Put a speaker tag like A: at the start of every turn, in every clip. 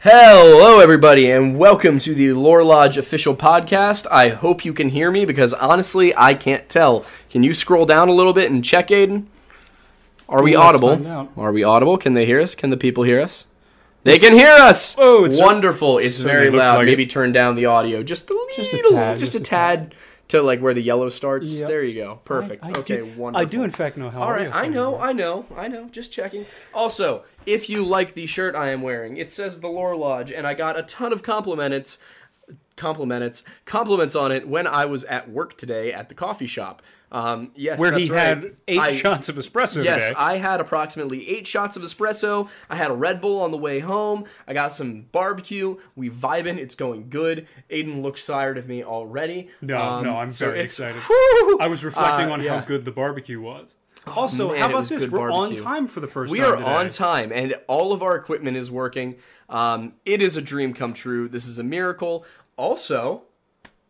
A: Hello, everybody, and welcome to the Lore Lodge official podcast. I hope you can hear me because honestly, I can't tell. Can you scroll down a little bit and check, Aiden? Are we
B: Ooh, let's find
A: audible?
B: out.
A: Are we audible? Can they hear us? Can the people hear us? They can hear us.
B: Whoa, it's-
A: wonderful! It's
B: certainly
A: very
B: looks
A: loud.
B: like it.
A: Maybe turn down the audio just a little, just a tad, just a tad to like where the yellow starts.
B: Yep.
A: There you go. Perfect.
B: I
A: okay,
B: do,
A: wonderful.
B: I do, in fact, know how.
A: All right,
B: audio
A: I
B: sounds
A: know,
B: like.
A: I know, I know. Just checking. Also, if you like the shirt I am wearing, it says the Lore Lodge, and I got a ton of compliments, compliments, compliments on it when I was at work today at the coffee shop. Um, yes,
B: Where
A: that's
B: he
A: right.
B: had eight
A: I-
B: shots of espresso
A: Yes,
B: today.
A: I had approximately eight shots of espresso. I had a Red Bull on the way home. I got some barbecue. We vibing. It's going good. Aiden looks tired of me already.
B: no,
A: Um,
B: no, I'm
A: so
B: very
A: it's-
B: excited.
A: Whew!
B: I was reflecting
A: Uh,
B: on
A: yeah.
B: how good the barbecue was. Oh, Also,
A: man,
B: how
A: it
B: about
A: was
B: this?
A: good
B: We're
A: barbecue.
B: on time for the first
A: We
B: time
A: are
B: today.
A: on time, and all of our equipment is working. Um, it is a dream come true. This is a miracle. Also,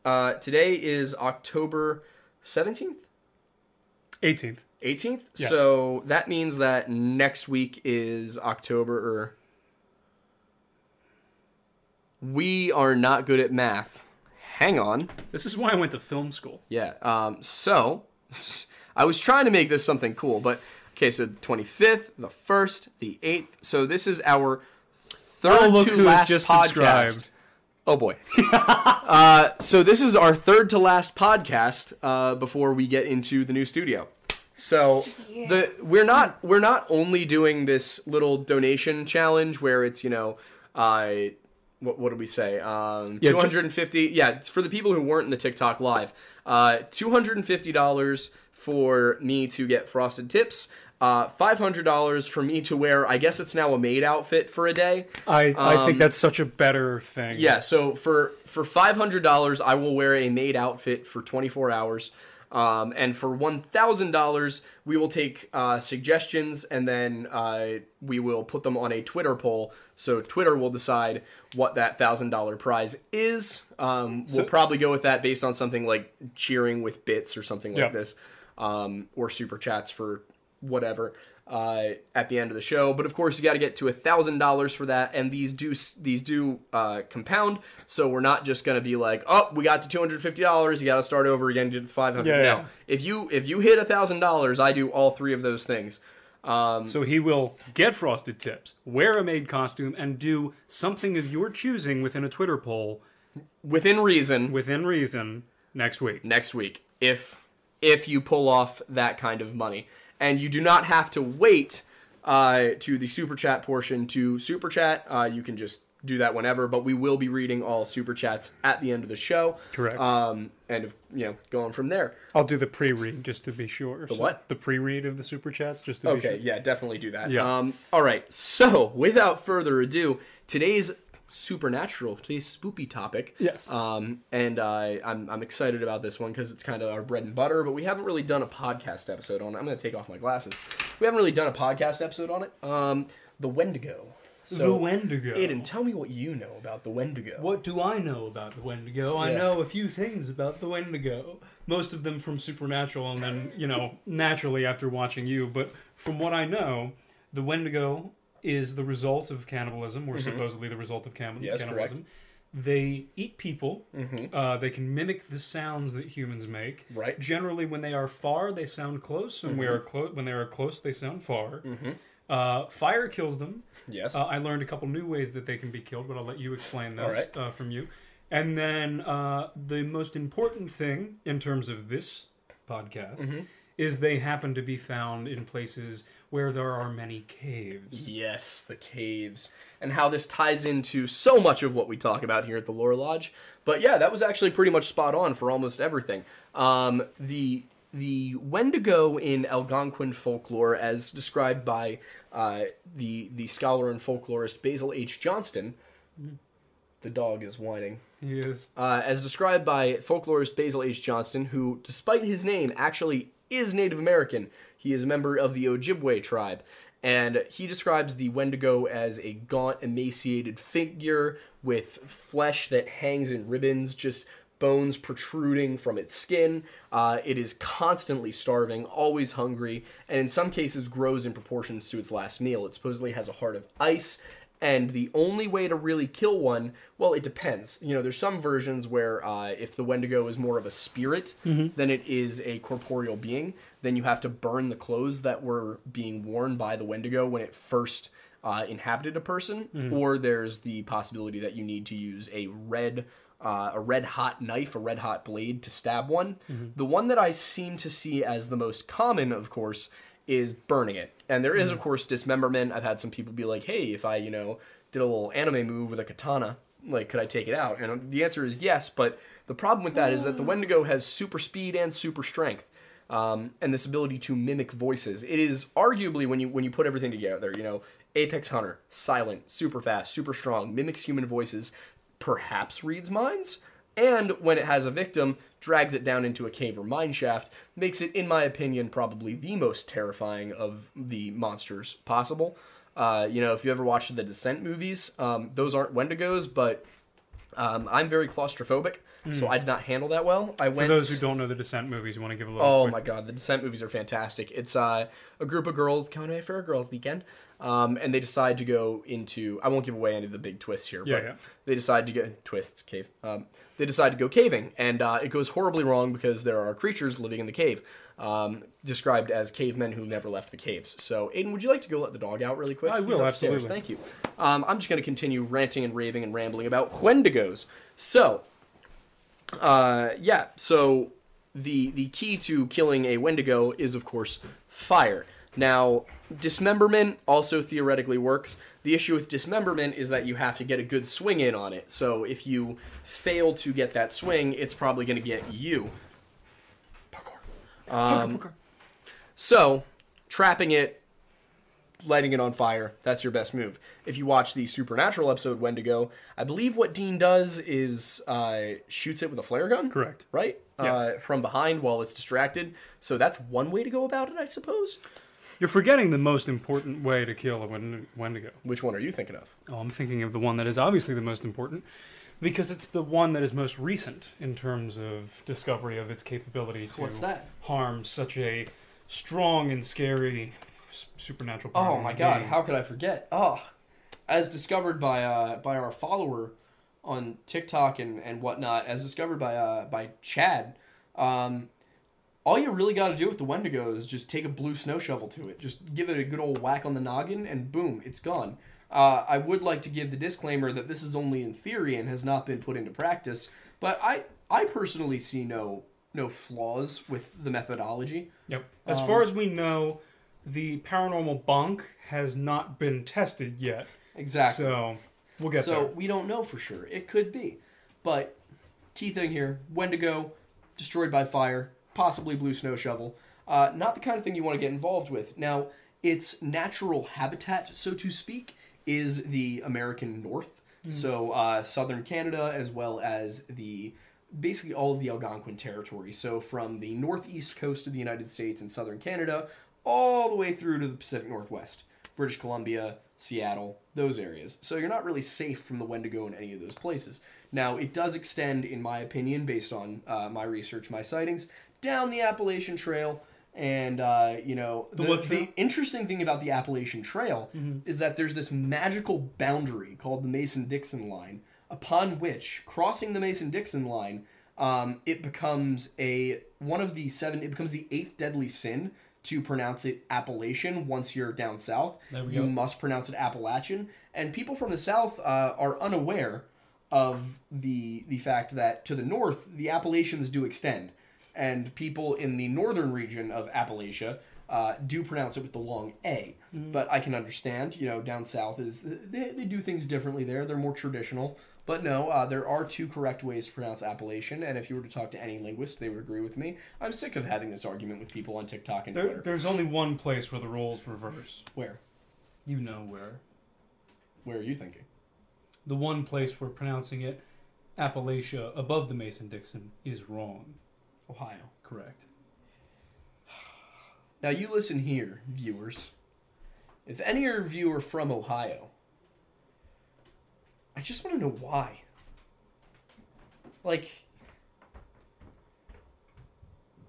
A: uh, today is October 17th,
B: 18th.
A: 18th.
B: Yes.
A: So that means that next week is October. Or we are not good at math. Hang on.
B: This is why I went to film school.
A: Yeah. Um, so I was trying to make this something cool, but okay. So the 25th, the 1st, the 8th. So this is our third
B: Oh, look
A: to
B: who's
A: last
B: just
A: podcast.
B: subscribed.
A: Oh boy. uh, so this is our third to last podcast uh, before we get into the new studio. So the we're not we're not only doing this little donation challenge where it's you know I what, what did we say um,
B: Yeah, ju-
A: 250 yeah it's for the people who weren't in the TikTok live uh, 250 dollars for me to get frosted tips uh, 500 dollars for me to wear I guess it's now a maid outfit for a day
B: I, I think that's such a better thing.
A: Um, yeah, so for for five hundred dollars, I will wear a maid outfit for twenty four hours, um, and for one thousand dollars, we will take uh, suggestions and then uh, we will put them on a Twitter poll. So Twitter will decide what that thousand dollar prize is. Um, we'll probably go with that based on something like cheering with bits or something like
B: Yeah.
A: this, um, or super chats for whatever uh, at the end of the show. But of course, you got to get to a thousand dollars for that, and these do these do uh, compound. So we're not just gonna be like, oh, we got to two hundred fifty dollars, you got to start over again to the five hundred.
B: Yeah,
A: no,
B: yeah.
A: if you if you hit a thousand dollars, I do all three of those things.
B: So he will get frosted tips, wear a maid costume, and do something of your choosing within a Twitter poll
A: Within reason,
B: within reason next week.
A: next week if if you pull off that kind of money and you do not have to wait uh, to the super chat portion to super chat uh, you can just do that whenever but we will be reading all super chats at the end of the show
B: Correct.
A: um, and if, you know going from there
B: I'll do the pre-read just to be sure. The
A: what?
B: The pre-read of the super chats just to be sure.
A: Okay, yeah, definitely do that.
B: Yeah.
A: Um, all right. So, without further ado, today's supernatural, today's spoopy topic.
B: Yes.
A: Um, and I, I'm I'm excited about this one because it's kind of our bread and butter, but we haven't really done a podcast episode on it. I'm gonna take off my glasses. We haven't really done a podcast episode on it. Um, the Wendigo. So,
B: Wendigo.
A: Aiden, tell me what you know about the Wendigo.
B: What do I know about the Wendigo? I
A: Yeah.
B: know a few things about the Wendigo. Most of them from Supernatural, and then, you know, naturally after watching you. But from what I know, the Wendigo is the result of cannibalism, or supposedly the result of cannibal-
A: Mm-hmm. Yes, correct. Mm-hmm.
B: cannibalism. They eat people. Uh, they can mimic the sounds that humans make.
A: Right. Mm-hmm.
B: Generally, when they are far, they sound close, and we are clo- when they are close, they sound far. Uh, fire kills them.
A: Yes.
B: Uh, I learned a couple new ways that they can be killed, but I'll let you explain those
A: All right.
B: uh, from you. And then uh, the most important thing in terms of this podcast is they happen to be found in places where there are many caves.
A: Yes, the caves. And how this ties into so much of what we talk about here at the Lore Lodge. But yeah, that was actually pretty much spot on for almost everything. Um, the the Wendigo in Algonquin folklore, as described by uh, the the scholar and folklorist Basil H. Johnston. The dog is whining
B: Yes.
A: uh, as described by folklorist Basil H. Johnston, who, despite his name, actually is Native American. He is a member of the Ojibwe tribe. And he describes the Wendigo as a gaunt, emaciated figure with flesh that hangs in ribbons, just bones protruding from its skin. Uh, it is constantly starving, always hungry, and in some cases grows in proportions to its last meal. It supposedly has a heart of ice and the only way to really kill one, well, it depends. You know, there's some versions where uh, if the Wendigo is more of a spirit than it is a corporeal being, then you have to burn the clothes that were being worn by the Wendigo when it first uh, inhabited a person, or there's the possibility that you need to use a red, uh, a red hot knife, a red hot blade to stab one. The one that I seem to see as the most common, of course, is burning it. And there is, of course, dismemberment. I've had some people be like, "Hey, if I, you know, did a little anime move with a katana." Like, could I take it out? And the answer is yes, but the problem with that is that the Wendigo has super speed and super strength um, and this ability to mimic voices. It is arguably when you when you put everything together, you know, Apex Hunter, silent, super fast, super strong, mimics human voices, perhaps reads minds, and when it has a victim, drags it down into a cave or mine shaft, makes it, in my opinion, probably the most terrifying of the monsters possible. Uh, you know, if you ever watched the Descent movies, um, those aren't Wendigos, but um, I'm very claustrophobic, so I did not handle that well. I
B: Hmm. For
A: went
B: those who don't know the Descent movies, you want to give a little.
A: Oh
B: quick-
A: my god, the Descent movies are fantastic. It's uh, a group of girls coming away for a girls' weekend, um, and they decide to go into. I won't give away any of the big twists here,
B: Yeah,
A: but
B: yeah.
A: they decide to go twist cave. Um, they decide to go caving, and uh, it goes horribly wrong because there are creatures living in the cave, um, described as cavemen who never left the caves. So, Aiden, would you like to go let the dog out really quick?
B: I
A: He's
B: will,
A: upstairs.
B: absolutely.
A: Thank you. Um, I'm just going to continue ranting and raving and rambling about Wendigos. So, uh, yeah. So the the key to killing a Wendigo is, of course, fire. Now, dismemberment also theoretically works. The issue with dismemberment is that you have to get a good swing in on it. So if you fail to get that swing, it's probably going to get you. So, trapping it, lighting it on fire, that's your best move. If you watch the Supernatural episode Wendigo, I believe what Dean does is uh, shoots it with a flare gun.
B: Correct.
A: Right? Uh,
B: Yes.
A: from behind while it's distracted. So that's one way to go about it, I suppose.
B: You're forgetting the most important way to kill a Wend- Wendigo.
A: Which one are you thinking of?
B: Oh, I'm thinking of the one that is obviously the most important because it's the one that is most recent in terms of discovery of its capability to
A: What's that?
B: harm such a strong and scary s- supernatural power.
A: Oh my god, how could I forget? Oh, as discovered by uh, by our follower on TikTok and, and whatnot, as discovered by uh, by Chad, um, all you really got to do with the Wendigo is just take a blue snow shovel to it, just give it a good old whack on the noggin, and boom, it's gone. Uh, I would like to give the disclaimer that this is only in theory and has not been put into practice, but I I personally see no no flaws with the methodology.
B: Yep. As
A: Um,
B: far as we know, the paranormal bunk has not been tested yet.
A: Exactly.
B: So we'll get
A: So we don't know for sure. It could be. But key thing here Wendigo, destroyed by fire, possibly blue snow shovel. Uh, not the kind of thing you want to get involved with. Now, its natural habitat, so to speak, is the American North. So uh, southern Canada, as well as the basically all of the Algonquin territory. So from the northeast coast of the United States and southern Canada, all the way through to the Pacific Northwest, British Columbia, Seattle, those areas. So you're not really safe from the Wendigo in any of those places. Now it does extend, in my opinion, based on uh, my research, my sightings, down the Appalachian Trail. And uh, you know the,
B: what trail?
A: the interesting thing about the Appalachian Trail
B: Mm-hmm.
A: is that there's this magical boundary called the Mason Dixon line, upon which, crossing the Mason Dixon line, um, it becomes a one of the seven. It becomes the eighth deadly sin to pronounce it Appalachian. Once you're down south,
B: There we
A: you
B: go.
A: must pronounce it Appalachian. And people from the south uh, are unaware of the the fact that to the north the Appalachians do extend, and people in the northern region of Appalachia uh, do pronounce it with the long a. But I can understand, you know, down south is they, they do things differently there. They're more traditional. But no, uh, there are two correct ways to pronounce Appalachian, and if you were to talk to any linguist, they would agree with me. I'm sick of having this argument with people on TikTok and
B: there.
A: Twitter.
B: There's only one place where the roles reverse.
A: Where?
B: You know where.
A: Where are you thinking?
B: The one place where pronouncing it Appalachia above the Mason Dixon is wrong.
A: Ohio.
B: Correct.
A: Now you listen here, viewers. If any of you are from Ohio, I just want to know why. Like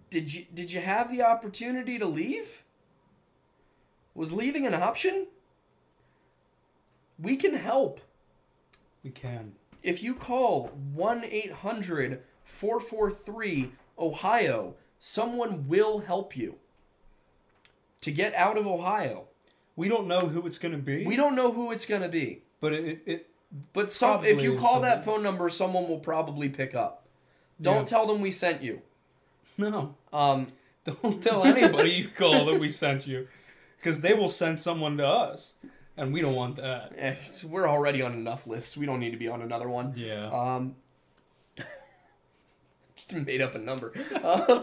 A: did you did you have the opportunity to leave? Was leaving an option? We can help.
B: We can.
A: If you call 1 800 443 Ohio, someone will help you to get out of Ohio.
B: We don't know who it's going to be,
A: We don't know who it's going to be,
B: but it, it, it
A: but some, if
B: Probably
A: you call that
B: someone.
A: phone number, someone will probably pick up. Don't
B: Yeah.
A: tell them we sent you.
B: no.
A: Um,
B: Don't tell anybody you call that we sent you, because they will send someone to us, and we don't want that.
A: eh, we're already on enough lists. We don't need to be on another one.
B: Yeah.
A: Um, just made up a number. Uh,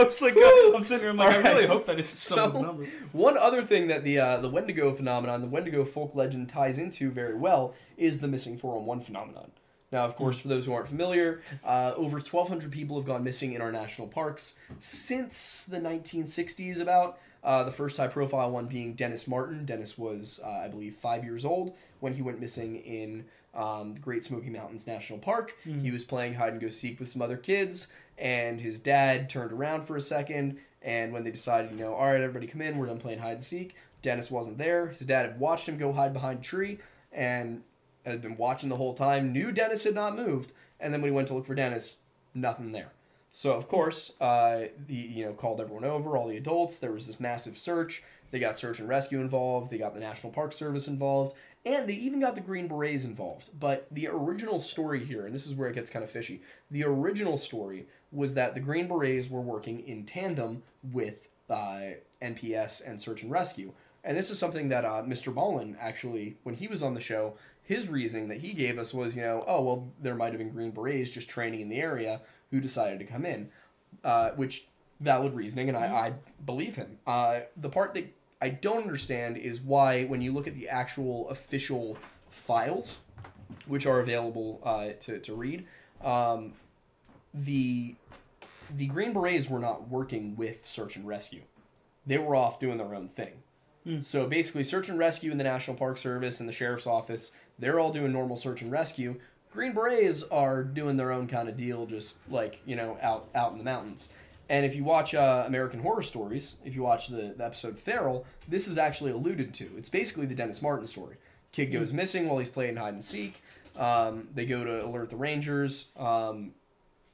B: I was like, I'm sitting here, I'm like, I really
A: Alright.
B: hope that isn't someone's
A: So-
B: number.
A: One other thing that the uh, the Wendigo phenomenon, the Wendigo folk legend ties into very well is the missing 411 phenomenon. Now, of
B: Hmm.
A: course, for those who aren't familiar, uh, over 1,200 people have gone missing in our national parks since the 1960s, about. Uh, the first high profile one being Dennis Martin. Dennis was, uh, I believe, five years old when he went missing in um, the Great Smoky Mountains National Park. He was playing hide and go seek with some other kids, and his dad turned around for a second. And when they decided, you know, all right, everybody come in, we're done playing hide and seek, Dennis wasn't there. His dad had watched him go hide behind a tree and had been watching the whole time, knew Dennis had not moved. And then when he went to look for Dennis, nothing there. So of course, uh, the you know called everyone over, all the adults. There was this massive search. They got search and rescue involved. They got the National Park Service involved, and they even got the Green Berets involved. But the original story here, and this is where it gets kind of fishy. The original story was that the Green Berets were working in tandem with uh, NPS and search and rescue. And this is something that uh, Mr. Ballin actually, when he was on the show, his reasoning that he gave us was, you know, oh, well, there might have been Green Berets just training in the area who decided to come in, uh, which valid reasoning, and I, I believe him. Uh, the part that I don't understand is why, when you look at the actual official files, which are available uh, to, to read, um, the the Green Berets were not working with search and rescue. They were off doing their own thing. So basically, search and rescue in the National Park Service and the sheriff's office, they're all doing normal search and rescue. Green Berets are doing their own kind of deal, just like, you know, out, out in the mountains. And if you watch uh, American Horror Stories, if you watch the, the episode Feral, this is actually alluded to. It's basically the Dennis Martin story. Kid goes missing while he's playing hide and seek. Um, they go to alert the Rangers. Um,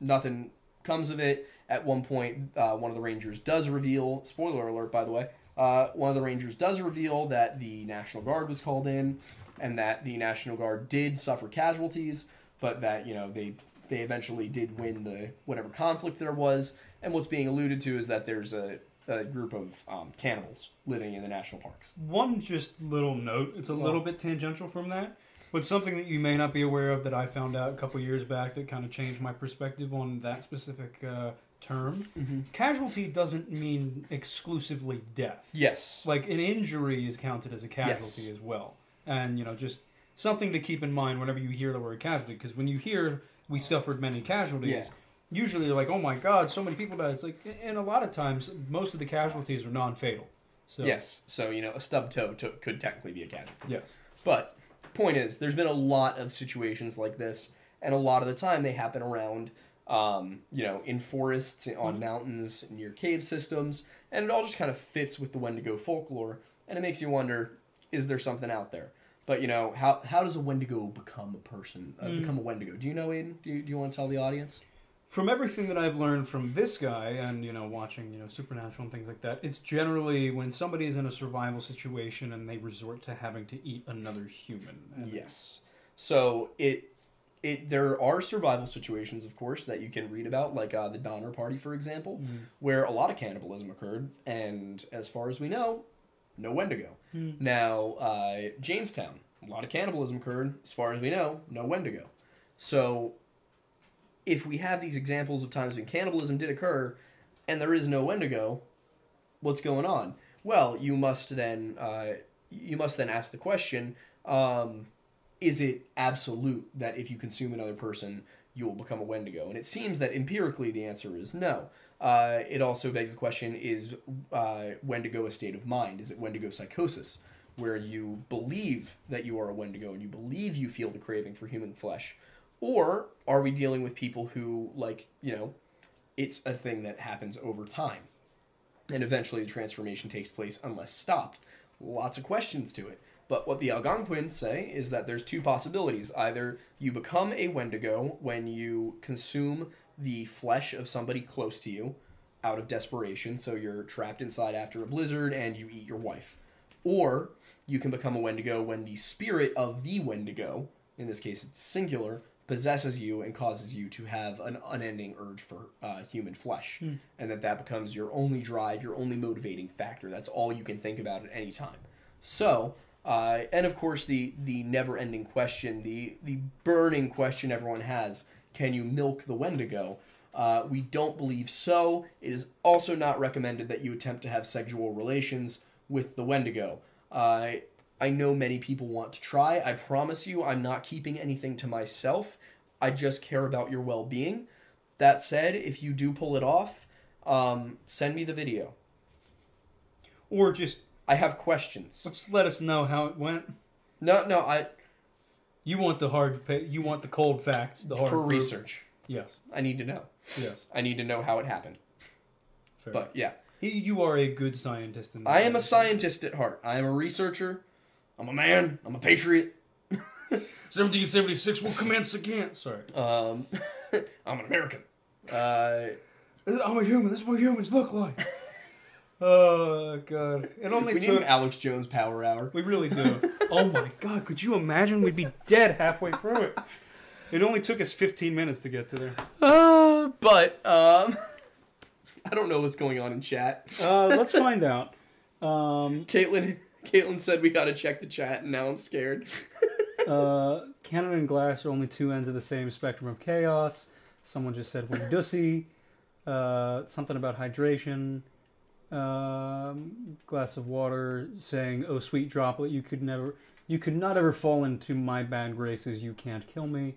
A: nothing comes of it. At one point, uh, one of the Rangers does reveal spoiler alert, by the way. Uh, one of the Rangers does reveal that the National Guard was called in and that the National Guard did suffer casualties, but that, you know, they they eventually did win the whatever conflict there was. And what's being alluded to is that there's a, a group of um, cannibals living in the national parks.
B: One just little note. It's a little bit tangential from that, but something that you may not be aware of that I found out a couple years back that kind of changed my perspective on that specific uh, term. Casualty doesn't mean exclusively death.
A: Yes.
B: Like an injury is counted as a casualty
A: Yes.
B: as well, and you know just something to keep in mind whenever you hear the word casualty, because when you hear we suffered many casualties.
A: Yeah.
B: Usually, you're like, "Oh my God, so many people died." It's like, and a lot of times, most of the casualties are non-fatal. So
A: Yes. So, you know, a stub toe took could technically be a casualty.
B: yes,
A: But point is, there's been a lot of situations like this, and a lot of the time they happen around, um, you know, in forests, on mountains, near cave systems, and it all just kind of fits with the Wendigo folklore, and it makes you wonder, is there something out there? But you know, how how does a Wendigo become a person? Uh, Become a Wendigo? Do you know, Aiden? Do you, do you want to tell the audience?
B: from everything that I've learned from this guy and you know watching you know supernatural and things like that, it's generally when somebody is in a survival situation and they resort to having to eat another human. And
A: Yes. So it it there are survival situations, of course, that you can read about, like uh, the Donner Party, for example, where a lot of cannibalism occurred, and as far as we know, no Wendigo. Now, uh, Jamestown, a lot of cannibalism occurred. As far as we know, no Wendigo. So, if we have these examples of times when cannibalism did occur, and there is no Wendigo, what's going on? Well, you must then uh, you must then ask the question: um, Is it absolute that if you consume another person, you will become a Wendigo? And it seems that empirically the answer is no. Uh, it also begs the question: Is uh, Wendigo a state of mind? Is it Wendigo psychosis, where you believe that you are a Wendigo and you believe you feel the craving for human flesh? Or are we dealing with people who, like, you know, it's a thing that happens over time? and eventually the transformation takes place unless stopped. Lots of questions to it. But what the Algonquins say is that there's two possibilities. Either you become a Wendigo when you consume the flesh of somebody close to you out of desperation, so you're trapped inside after a blizzard and you eat your wife. Or you can become a Wendigo when the spirit of the Wendigo, in this case it's singular, possesses you and causes you to have an unending urge for uh, human flesh. And that that becomes your only drive, your only motivating factor. That's all you can think about at any time. So, uh, and of course, the, the never ending question, the, the burning question everyone has can you milk the Wendigo? Uh, we don't believe so. It is also not recommended that you attempt to have sexual relations with the Wendigo. Uh, I know many people want to try. I promise you, I'm not keeping anything to myself. I just care about your well being. That said, if you do pull it off, um, send me the video.
B: Or just
A: I have questions.
B: just let us know how it went.
A: No, no, I
B: You want the hard, pa- you want the cold facts, the hard
A: for
B: proof.
A: research.
B: Yes,
A: I need to know.
B: yes.
A: I need to know how it happened.
B: Fair.
A: But yeah,
B: Y- you are a good scientist. In
A: I am a
B: this.
A: scientist at heart. I am a researcher. I'm a man. I'm a patriot.
B: 1776 will commence again. Sorry,
A: Um, I'm an American. Uh,
B: I'm a human. This is what humans look like. oh god! It only
A: we need
B: took.
A: an Alex Jones Power Hour.
B: We really do. oh my god, could you imagine? We'd be dead halfway through it. It only took us 15 minutes to get to there.
A: Uh, but um, I don't know what's going on in chat.
B: Uh, let's find out. Um,
A: Caitlin, Caitlin said we gotta check the chat, and now I'm scared.
B: uh, cannon and glass are only two ends of the same spectrum of chaos. Someone just said Windussy. Uh, something about hydration. Um, glass of water saying, "Oh sweet droplet, you could never, you could not ever fall into my bad graces. You can't kill me."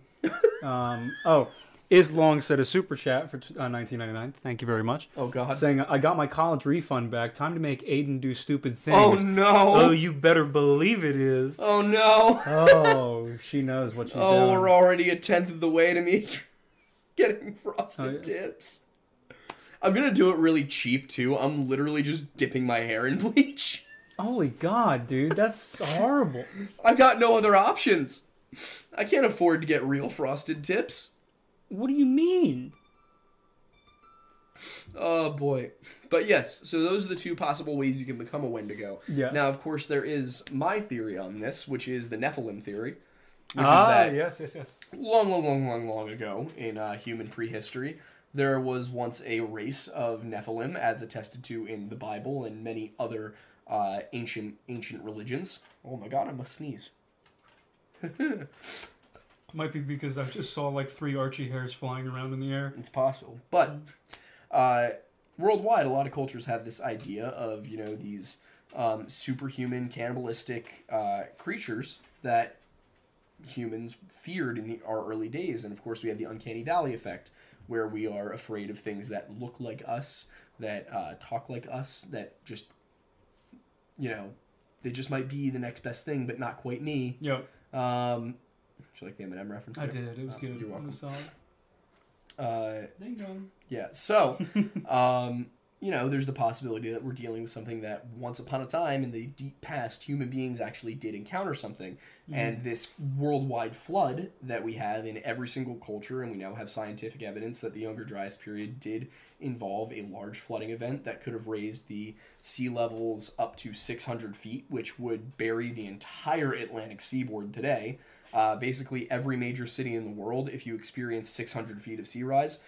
B: um, oh, is long said a super chat for t- uh, 1999. Thank you very much.
A: Oh God.
B: Saying, "I got my college refund back. Time to make Aiden do stupid
A: Oh
B: things." Oh,
A: no.
B: you better believe it is.
A: Oh no.
B: Oh, she knows what she's
A: Oh,
B: doing.
A: we're already a tenth of the way to me tr- getting frosted
B: Oh, yeah.
A: tips. I'm gonna do it really cheap too. I'm literally just dipping my hair in bleach.
B: Holy God, dude, that's horrible.
A: I've got no other options. I can't afford to get real frosted tips.
B: What do you mean?
A: Oh boy. But yes, so those are the two possible ways you can become a Wendigo.
B: Yes.
A: Now, of course, there is my theory on this, which is the Nephilim theory, which
B: ah,
A: is that
B: yes, yes, yes.
A: long, long, long, long, long ago in uh, human prehistory, there was once a race of Nephilim, as attested to in the Bible and many other uh, ancient ancient religions. Oh my God, I must sneeze.
B: Might be because I just saw like three Archie hairs flying around in the air.
A: It's possible, but uh, worldwide, a lot of cultures have this idea of you know these um, superhuman cannibalistic uh, creatures that humans feared in the, our early days, and of course we have the uncanny valley effect, where we are afraid of things that look like us, that uh, talk like us, that just you know they just might be the next best thing, but not quite me.
B: Yep,
A: Um, did you like the M&M reference?
B: I
A: there?
B: did. It was
A: Oh,
B: good.
A: You're
B: It
A: welcome.
B: was solid.
A: Uh,
B: Ding dong.
A: yeah. So, um, you know, there's the possibility that we're dealing with something that once upon a time in the deep past, human beings actually did encounter something.
B: Mm-hmm.
A: And this worldwide flood that we have in every single culture, and we now have scientific evidence that the Younger Dryas period did involve a large flooding event that could have raised the sea levels up to 600 feet, which would bury the entire Atlantic seaboard today. Uh, basically, every major city in the world, if you experience 600 feet of sea rise,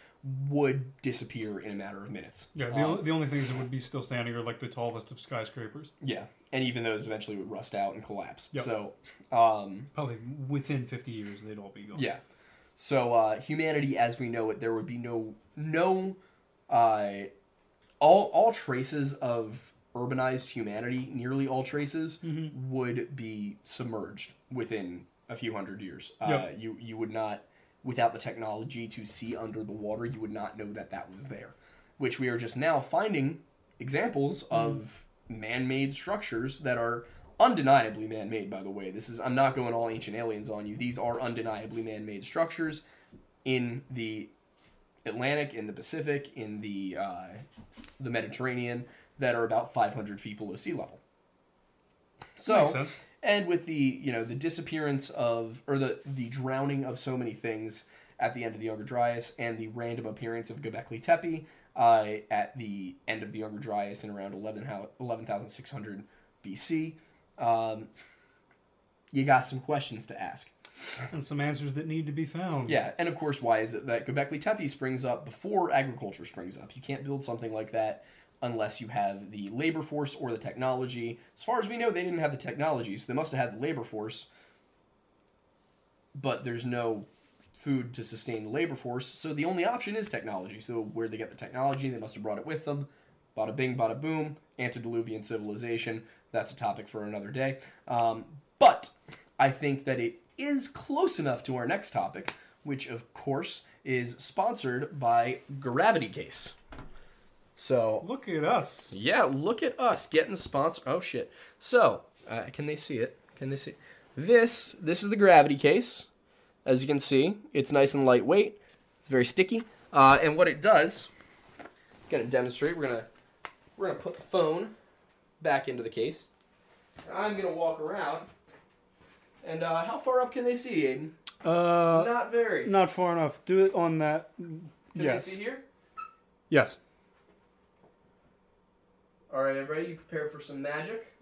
A: would disappear in a matter of minutes.
B: Yeah, the,
A: Um,
B: only, the only things that would be still standing are like the tallest of skyscrapers,
A: yeah. And even those eventually would rust out and collapse.
B: Yep.
A: So, um,
B: probably within 50 years they'd all be gone.
A: Yeah. So uh, humanity as we know it, there would be no no uh, all all traces of urbanized humanity. Nearly all traces
B: Mm-hmm.
A: would be submerged within a few hundred years. Uh,
B: Yep.
A: You you would not without the technology to see under the water. You would not know that that was there, which we are just now finding examples
B: Mm-hmm.
A: of man-made structures that are undeniably man-made by the way this is i'm not going all ancient aliens on you these are undeniably man-made structures in the atlantic in the pacific in the uh, the mediterranean that are about 500 feet below sea level so
B: Makes sense.
A: and with the you know the disappearance of or the the drowning of so many things at the end of the Younger Dryas and the random appearance of Göbekli Tepe uh, at the end of the Younger Dryas in around 11 hou- 11,600 BC, um, you got some questions to ask.
B: and some answers that need to be found.
A: Yeah, and of course, why is it that Göbekli Tepe springs up before agriculture springs up? You can't build something like that unless you have the labor force or the technology. As far as we know, they didn't have the technology, so they must have had the labor force. But there's no food to sustain the labor force, so the only option is technology. So where they get the technology, they must have brought it with them. Bada bing, bada boom, antediluvian civilization. That's a topic for another day. Um, but I think that it is close enough to our next topic, which of course is sponsored by Gravity Case. So
B: Look at us.
A: yeah, look at us getting sponsored. Oh shit! So uh, can they see it? Can they see this? This is the Gravity Case. As you can see, it's nice and lightweight. It's very sticky. Uh, and what it does, gonna demonstrate. We're gonna we're gonna put the phone back into the case. And I'm gonna walk around. And uh, how far up can they see, Aiden?
B: Uh,
A: Not very.
B: not far enough. Do it on that.
A: Can
B: yes.
A: they see here?
B: Yes.
A: All right, everybody, you prepared for some magic.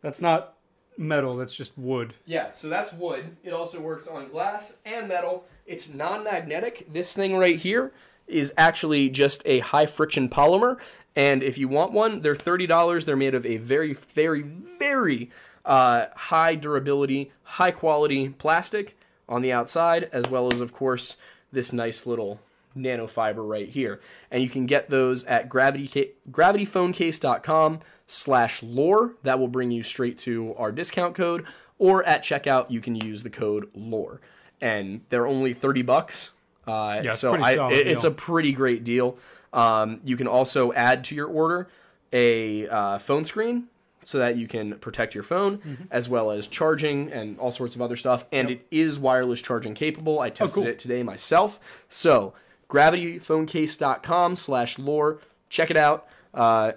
B: That's not metal. That's just wood.
A: Yeah, so that's wood. It also works on glass and metal. It's non magnetic. This thing right here is actually just a high friction polymer. And if you want one, they're $30. They're made of a very, very, very uh, high durability, high quality plastic on the outside, as well as, of course, this nice little nanofiber right here. And you can get those at gravity ca- gravityphonecase.com slash lore. That will bring you straight to our discount code. Or at checkout, you can use the code lore. And they're only 30 bucks. Uh,
B: it's
A: so
B: pretty
A: I-
B: solid
A: it- it's
B: deal.
A: a pretty great deal. Um, you can also add to your order a uh, phone screen so that you can protect your phone
B: Mm-hmm.
A: as well as charging and all sorts of other stuff. And it is wireless charging capable. I tested
B: Oh, cool.
A: it today myself. So gravityphonecase.com slash lore. Check it out. Uh,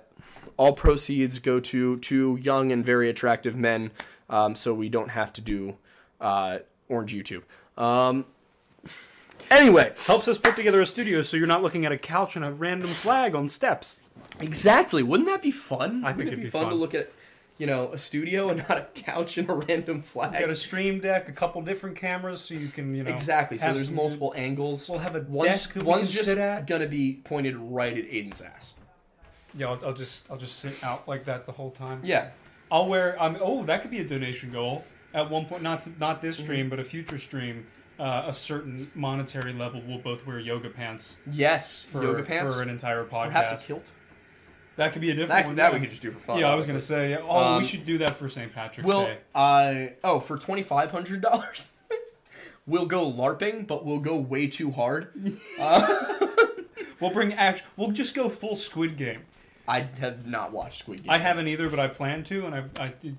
A: all proceeds go to two young and very attractive men um, so we don't have to do uh, orange YouTube. Um, anyway.
B: Helps us put together a studio so you're not looking at a couch and a random flag on steps.
A: Exactly. Wouldn't that be fun?
B: I think
A: Wouldn't
B: it'd
A: it
B: be
A: fun, to
B: fun.
A: look at, you know, a studio and not a couch and a random flag.
B: Got a stream deck, a couple different cameras, so you can you know
A: exactly. So
B: have
A: there's
B: some-
A: multiple angles.
B: We'll have a
A: one's
B: desk that we
A: one's
B: can
A: just
B: sit at.
A: gonna be pointed right at Aiden's ass.
B: Yeah, I'll, I'll just I'll just sit out like that the whole time.
A: Yeah.
B: I'll wear. I'm. Oh, that could be a donation goal. At one point, not not
A: Mm-hmm.
B: this stream, but a future stream, uh, a certain monetary level, we'll both wear yoga pants
A: Yes.
B: for
A: Yoga pants.
B: for an entire podcast.
A: Perhaps a kilt.
B: that could be a different
A: That,
B: one.
A: that
B: yeah.
A: we could just do for fun.
B: yeah, I was gonna
A: honestly.
B: say. Oh,
A: Um,
B: we should do that for St. Patrick's
A: We'll
B: Day.
A: I oh for twenty five hundred dollars, we'll go larping, but we'll go way too hard.
B: We'll bring act. We'll just go full Squid Game.
A: I have not watched Squid Game.
B: I haven't either, but I plan to, and I've. I, it,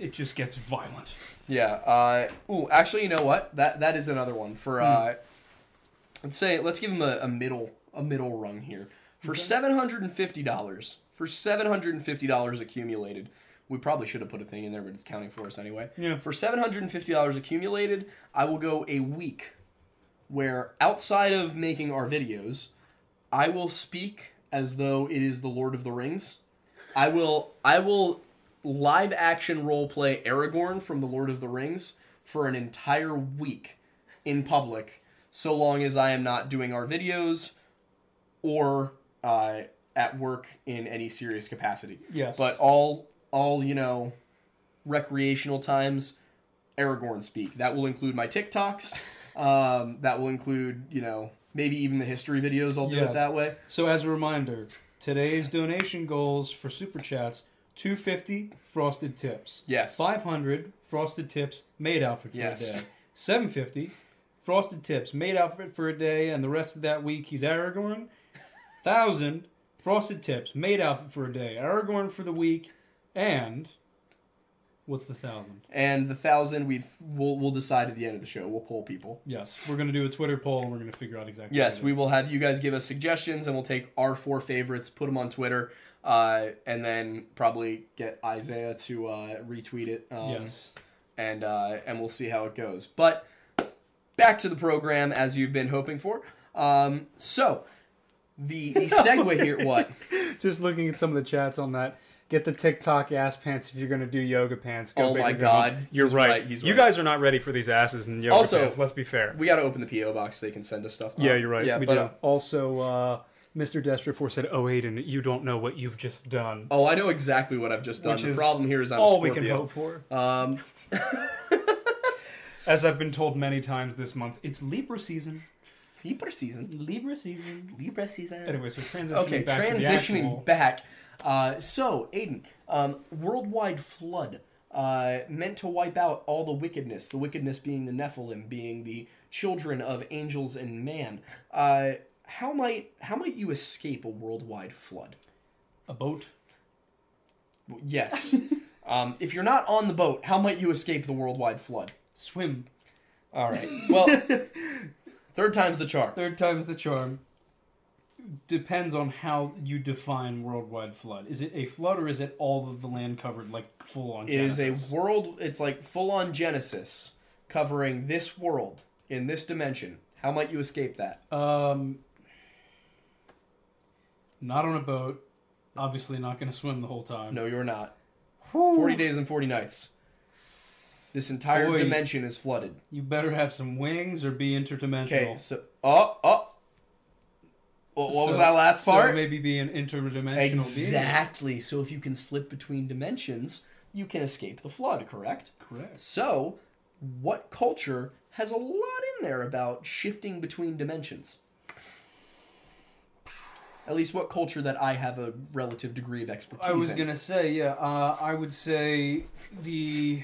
B: it just gets violent.
A: Yeah. Uh, ooh, actually, you know what? That that is another one for. Uh, Let's say let's give him a, a middle a middle rung here for seven hundred and fifty dollars. For seven hundred and fifty dollars accumulated, we probably should have put a thing in there, but it's counting for us anyway.
B: Yeah.
A: For seven hundred and fifty dollars accumulated, I will go a week where outside of making our videos, I will speak as though it is the Lord of the Rings. I will I will live action role play Aragorn from the Lord of the Rings for an entire week in public, so long as I am not doing our videos or uh, at work in any serious capacity.
B: Yes.
A: But all all you know, recreational times, Aragorn speak. That will include my TikToks. Um, that will include you know maybe even the history videos. I'll do it
B: Yes.
A: that way.
B: So as a reminder, today's donation goals for super chats: two fifty frosted tips,
A: Yes.
B: five hundred frosted tips made outfit for
A: Yes.
B: a day, seven fifty frosted tips made outfit for a day, and the rest of that week he's Aragorn, thousand frosted tips made outfit for a day, Aragorn for the week, and What's the thousand?
A: And the thousand we've we'll, we'll decide at the end of the show. We'll poll people.
B: Yes, we're gonna do a Twitter poll and we're gonna figure out exactly.
A: Yes,
B: what it
A: we will have you guys give us suggestions, and we'll take our four favorites, put them on Twitter, uh, and then probably get Isaiah to uh, retweet it. Um,
B: is. Yes.
A: and uh, and we'll see how it goes. But back to the program as you've been hoping for. Um, so the the segue here, what?
B: Just looking at some of the chats on that. Get the TikTok ass pants if you're gonna do yoga pants.
A: Go Oh big my or go God. home.
B: You're
A: He's
B: right.
A: right, he's
B: You
A: right.
B: guys are not ready for these asses and yoga
A: Also-
B: pants. Let's be fair.
A: We got to open the PO box so they can send us stuff.
B: yeah,
A: Um,
B: you're right.
A: Yeah,
B: we
A: but
B: do.
A: uh,
B: also, uh, Mr. Destrofor said, "Oh, Aiden, you don't know what you've just done."
A: oh, I know exactly what I've just done.
B: Which
A: the
B: is
A: problem here is I'm a
B: All we
A: Scorpio.
B: can hope for.
A: Um,
B: As I've been told many times this month, it's Libra season.
A: Libra season.
B: Libra season.
A: Libra season.
B: Anyway, so transitioning
A: Okay,
B: back to the actual-
A: transitioning back. Uh, so, Aiden, um, worldwide flood uh, meant to wipe out all the wickedness. The wickedness being the Nephilim, being the children of angels and man. Uh, how might how might you escape a worldwide flood?
B: a boat.
A: W- Yes. um, if you're not on the boat, how might you escape the worldwide flood?
B: Swim.
A: All right. Well, third time's the charm.
B: Third time's the charm. Depends on how you define worldwide flood. Is it a flood or is it all of the land covered, like full on?
A: is a world it's like full on genesis covering this world in this dimension how might you escape that
B: um, not on a boat. Obviously, not going to swim the whole time.
A: no you're not
B: Whew.
A: 40 days and 40 nights this entire
B: Boy.
A: dimension is flooded
B: You better have some wings or be interdimensional.
A: okay so oh oh Wha- what was
B: So-
A: that last
B: so
A: part
B: maybe be an interdimensional being.
A: exactly so if you can slip between dimensions you can escape the flood correct
B: Correct.
A: so what culture has a lot in there about shifting between dimensions at least what culture that i have a relative degree of expertise
B: I was
A: in.
B: gonna say, yeah. Uh, I would say the.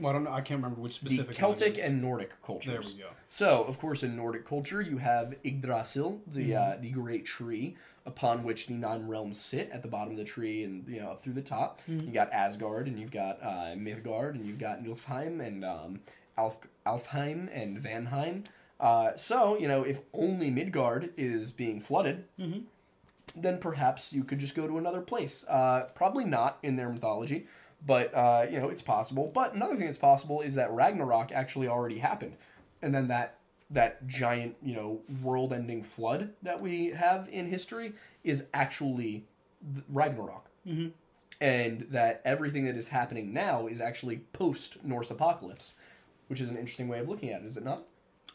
B: Well, I don't know. I can't remember which
A: the
B: specific. one it
A: celtic
B: is.
A: and nordic
B: There
A: cultures
B: we go.
A: so of course in nordic culture you have yggdrasil the uh, the great tree upon which the nine realms sit at the bottom of the tree and you know up through the top you got asgard and you've got uh, midgard and you've got niflheim and um, Alf- alfheim and vanheim Uh, so, you know, if only Midgard is being flooded, then perhaps you could just go to another place. Uh, probably not in their mythology, but, uh, you know, it's possible. But another thing that's possible is that Ragnarok actually already happened. And then that that giant, you know, world-ending flood that we have in history is actually th- Ragnarok. Mm-hmm. And that everything that is happening now is actually post-Norse apocalypse, which is an interesting way of looking at it, is it not?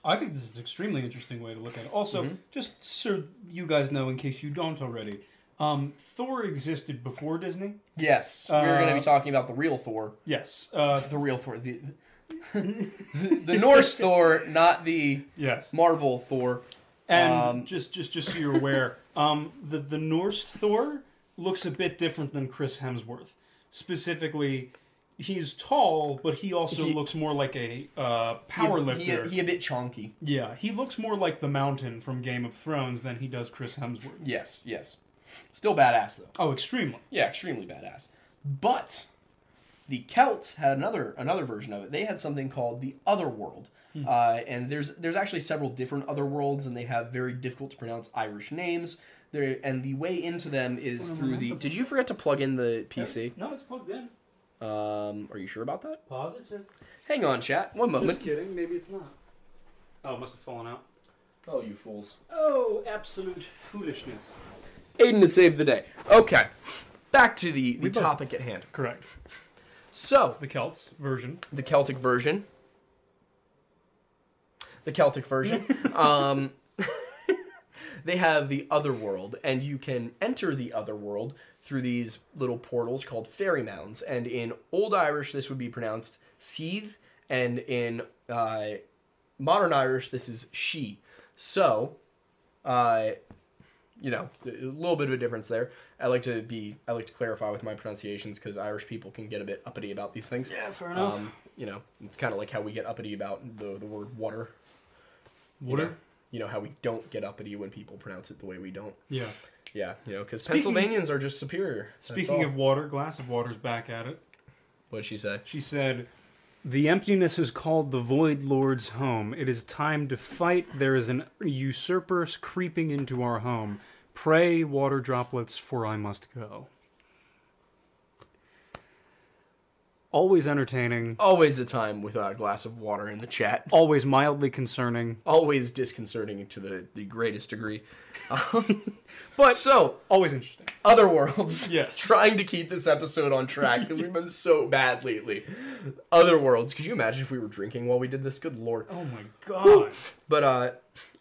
B: I think this is an extremely interesting way to look at it. Also,
A: Mm-hmm.
B: just so you guys know, in case you don't already, um, Thor existed before Disney.
A: Yes, we we're going to be
B: Uh,
A: talking about the real Thor,
B: Yes. Uh,
A: the real Thor, the the, the Norse Thor, not the
B: yes.
A: Marvel Thor.
B: And
A: Um,
B: just, just, just so you're aware, um, the the Norse Thor looks a bit different than Chris Hemsworth. Specifically, he's tall, but he also
A: He-
B: looks more like a uh, power
A: He,
B: lifter.
A: he, he a bit chonky.
B: yeah, he looks more like the Mountain from Game of Thrones than he does Chris Hemsworth.
A: Yes, yes, still badass though.
B: Oh, extremely.
A: Yeah, extremely badass. But the Celts had another another version of it. They had something called the Other World, uh, and there's there's actually several different other worlds, and they have very difficult to pronounce Irish names. There and the way into them is through the. Did you forget to plug in the PC?
B: No, it's plugged in.
A: Um, are you sure about that?
B: Positive.
A: Hang on, chat. One moment.
B: kidding. Maybe it's not. Oh, it must have fallen out.
A: Oh, you fools.
B: Oh, absolute foolishness.
A: Aiden has saved the day. Okay. Back to the, the
B: both-
A: topic at hand.
B: Correct.
A: So,
B: The Celts version.
A: the Celtic version. The Celtic version. um, they have the other world, and you can enter the other world through these little portals called fairy mounds. And in Old Irish, this would be pronounced seethe, and in uh, modern Irish, this is she. So, uh, you know, a little bit of a difference there. I like to be, I like to clarify with my pronunciations because Irish people can get a bit uppity about these things.
B: Yeah, fair
A: Um, you know, it's kind of like how we get uppity about the, the word water. you know?
B: Water.
A: You know, how we don't get uppity when people pronounce it the way we don't.
B: Yeah.
A: Yeah, you know, because Pennsylvanians are just superior. That's
B: Speaking
A: all.
B: of water, glass of water's back at it.
A: What'd she say?
B: She said, The emptiness has called the Void Lord's home. It is time to fight. There is an usurper creeping into our home. Pray, water droplets, for I must go. Always entertaining,
A: Always a time with a glass of water in the chat.
B: always mildly concerning,
A: Always disconcerting to the, the greatest degree.
B: But-
A: so,
B: always interesting.
A: other worlds.
B: Yes.
A: Trying to keep this episode on track because we've been so bad lately. Other worlds. Could you imagine if we were drinking while we did this? Good lord.
B: Oh my god.
A: But uh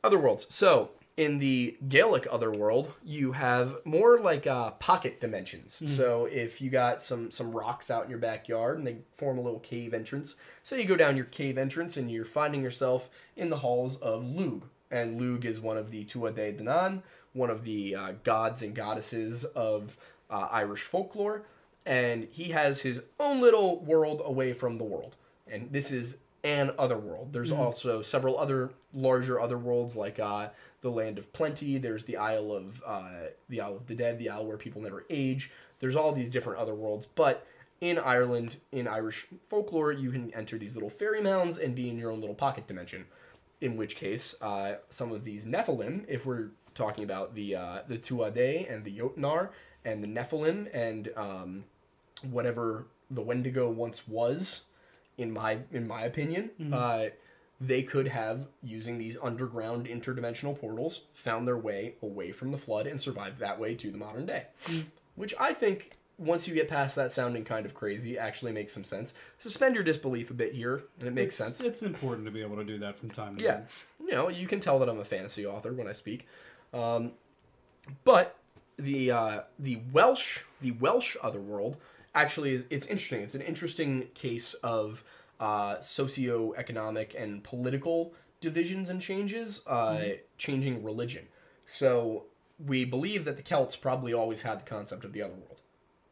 A: other worlds. So in the Gaelic other world, you have more like uh, pocket dimensions. So if you got some some rocks out in your backyard and they form a little cave entrance, say you go down your cave entrance and you're finding yourself in the halls of Lug, and Lug is one of the Tuatha De Danann, one of the uh, gods and goddesses of uh, Irish folklore, and he has his own little world away from the world. And this is an other world. There's also several other larger other worlds like uh, the Land of Plenty. There's the Isle of uh, the Isle of the Dead, the Isle where people never age. There's all these different other worlds, but in Ireland, in Irish folklore, you can enter these little fairy mounds and be in your own little pocket dimension. In which case, uh, some of these Nephilim, if we're talking about the uh, the Tuatha and the Jotnar and the Nephilim and um, whatever the Wendigo once was, in my in my opinion, uh, they could have using these underground interdimensional portals found their way away from the flood and survived that way to the modern day, which I think once you get past that sounding kind of crazy actually makes some sense. Suspend your disbelief a bit here, and it makes sense.
B: It's important to be able to do that from time to
A: Yeah. You know, you can tell that I'm a fantasy author when I speak. Um, but the uh, the Welsh the Welsh otherworld actually is it's interesting. It's an interesting case of uh, socioeconomic and political divisions and changes, uh, changing religion. So we believe that the Celts probably always had the concept of the other world.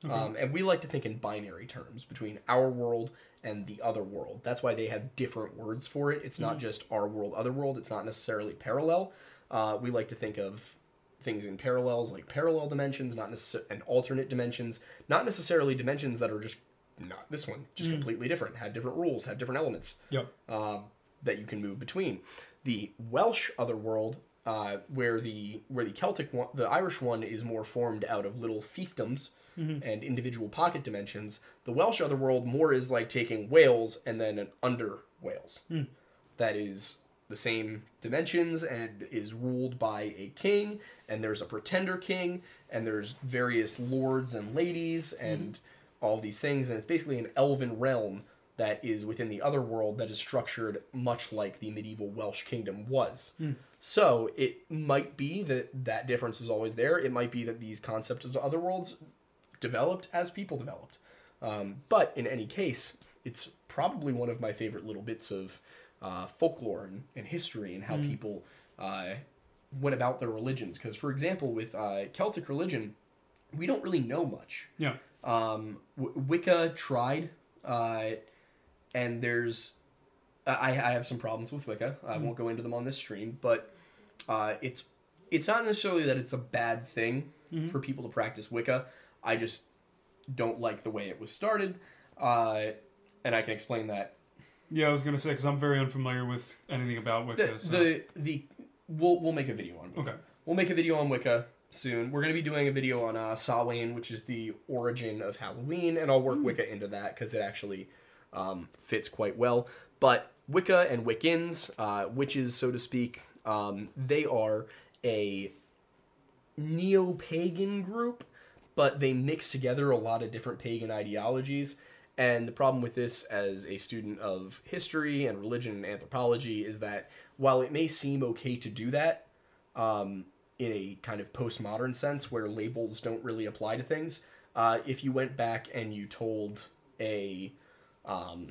A: Um, and we like to think in binary terms between our world and the other world. That's why they have different words for it. It's not just our world, other world. It's not necessarily parallel. Uh, we like to think of things in parallels, like parallel dimensions, not necessarily and alternate dimensions, not necessarily dimensions that are just not this one, just completely different, have different rules, have different elements
B: Yep.
A: um, that you can move between. The Welsh otherworld, uh, where the where the Celtic one, the Irish one, is more formed out of little fiefdoms and individual pocket dimensions. The Welsh otherworld more is like taking Wales and then an under Wales that is the same dimensions and is ruled by a king and there's a pretender king and there's various lords and ladies and all these things and it's basically an elven realm that is within the other world that is structured much like the medieval Welsh kingdom was. So it might be that that difference was always there. It might be that these concepts of other worlds developed as people developed. Um, but in any case, it's probably one of my favorite little bits of uh, folklore and, and history and how people uh, went about their religions. Because, for example, with uh, Celtic religion, we don't really know much.
B: Yeah.
A: Um, w- Wicca tried, uh, and there's. I, I have some problems with Wicca. I won't go into them on this stream, but uh, it's it's not necessarily that it's a bad thing for people to practice Wicca. I just don't like the way it was started, uh, and I can explain that.
B: Yeah, I was gonna say because I'm very unfamiliar with anything about Wicca.
A: The
B: so-
A: the, the we'll we'll make a video on Wicca.
B: okay.
A: We'll make a video on Wicca soon. We're going to be doing a video on uh, Samhain, which is the origin of Halloween, and I'll work Wicca into that because it actually um, fits quite well. But Wicca and Wiccans, uh, witches, so to speak, um, they are a neo pagan group, but they mix together a lot of different pagan ideologies. And the problem with this, as a student of history and religion and anthropology, is that while it may seem okay to do that, um, in a kind of postmodern sense where labels don't really apply to things. Uh, if you went back and you told a um,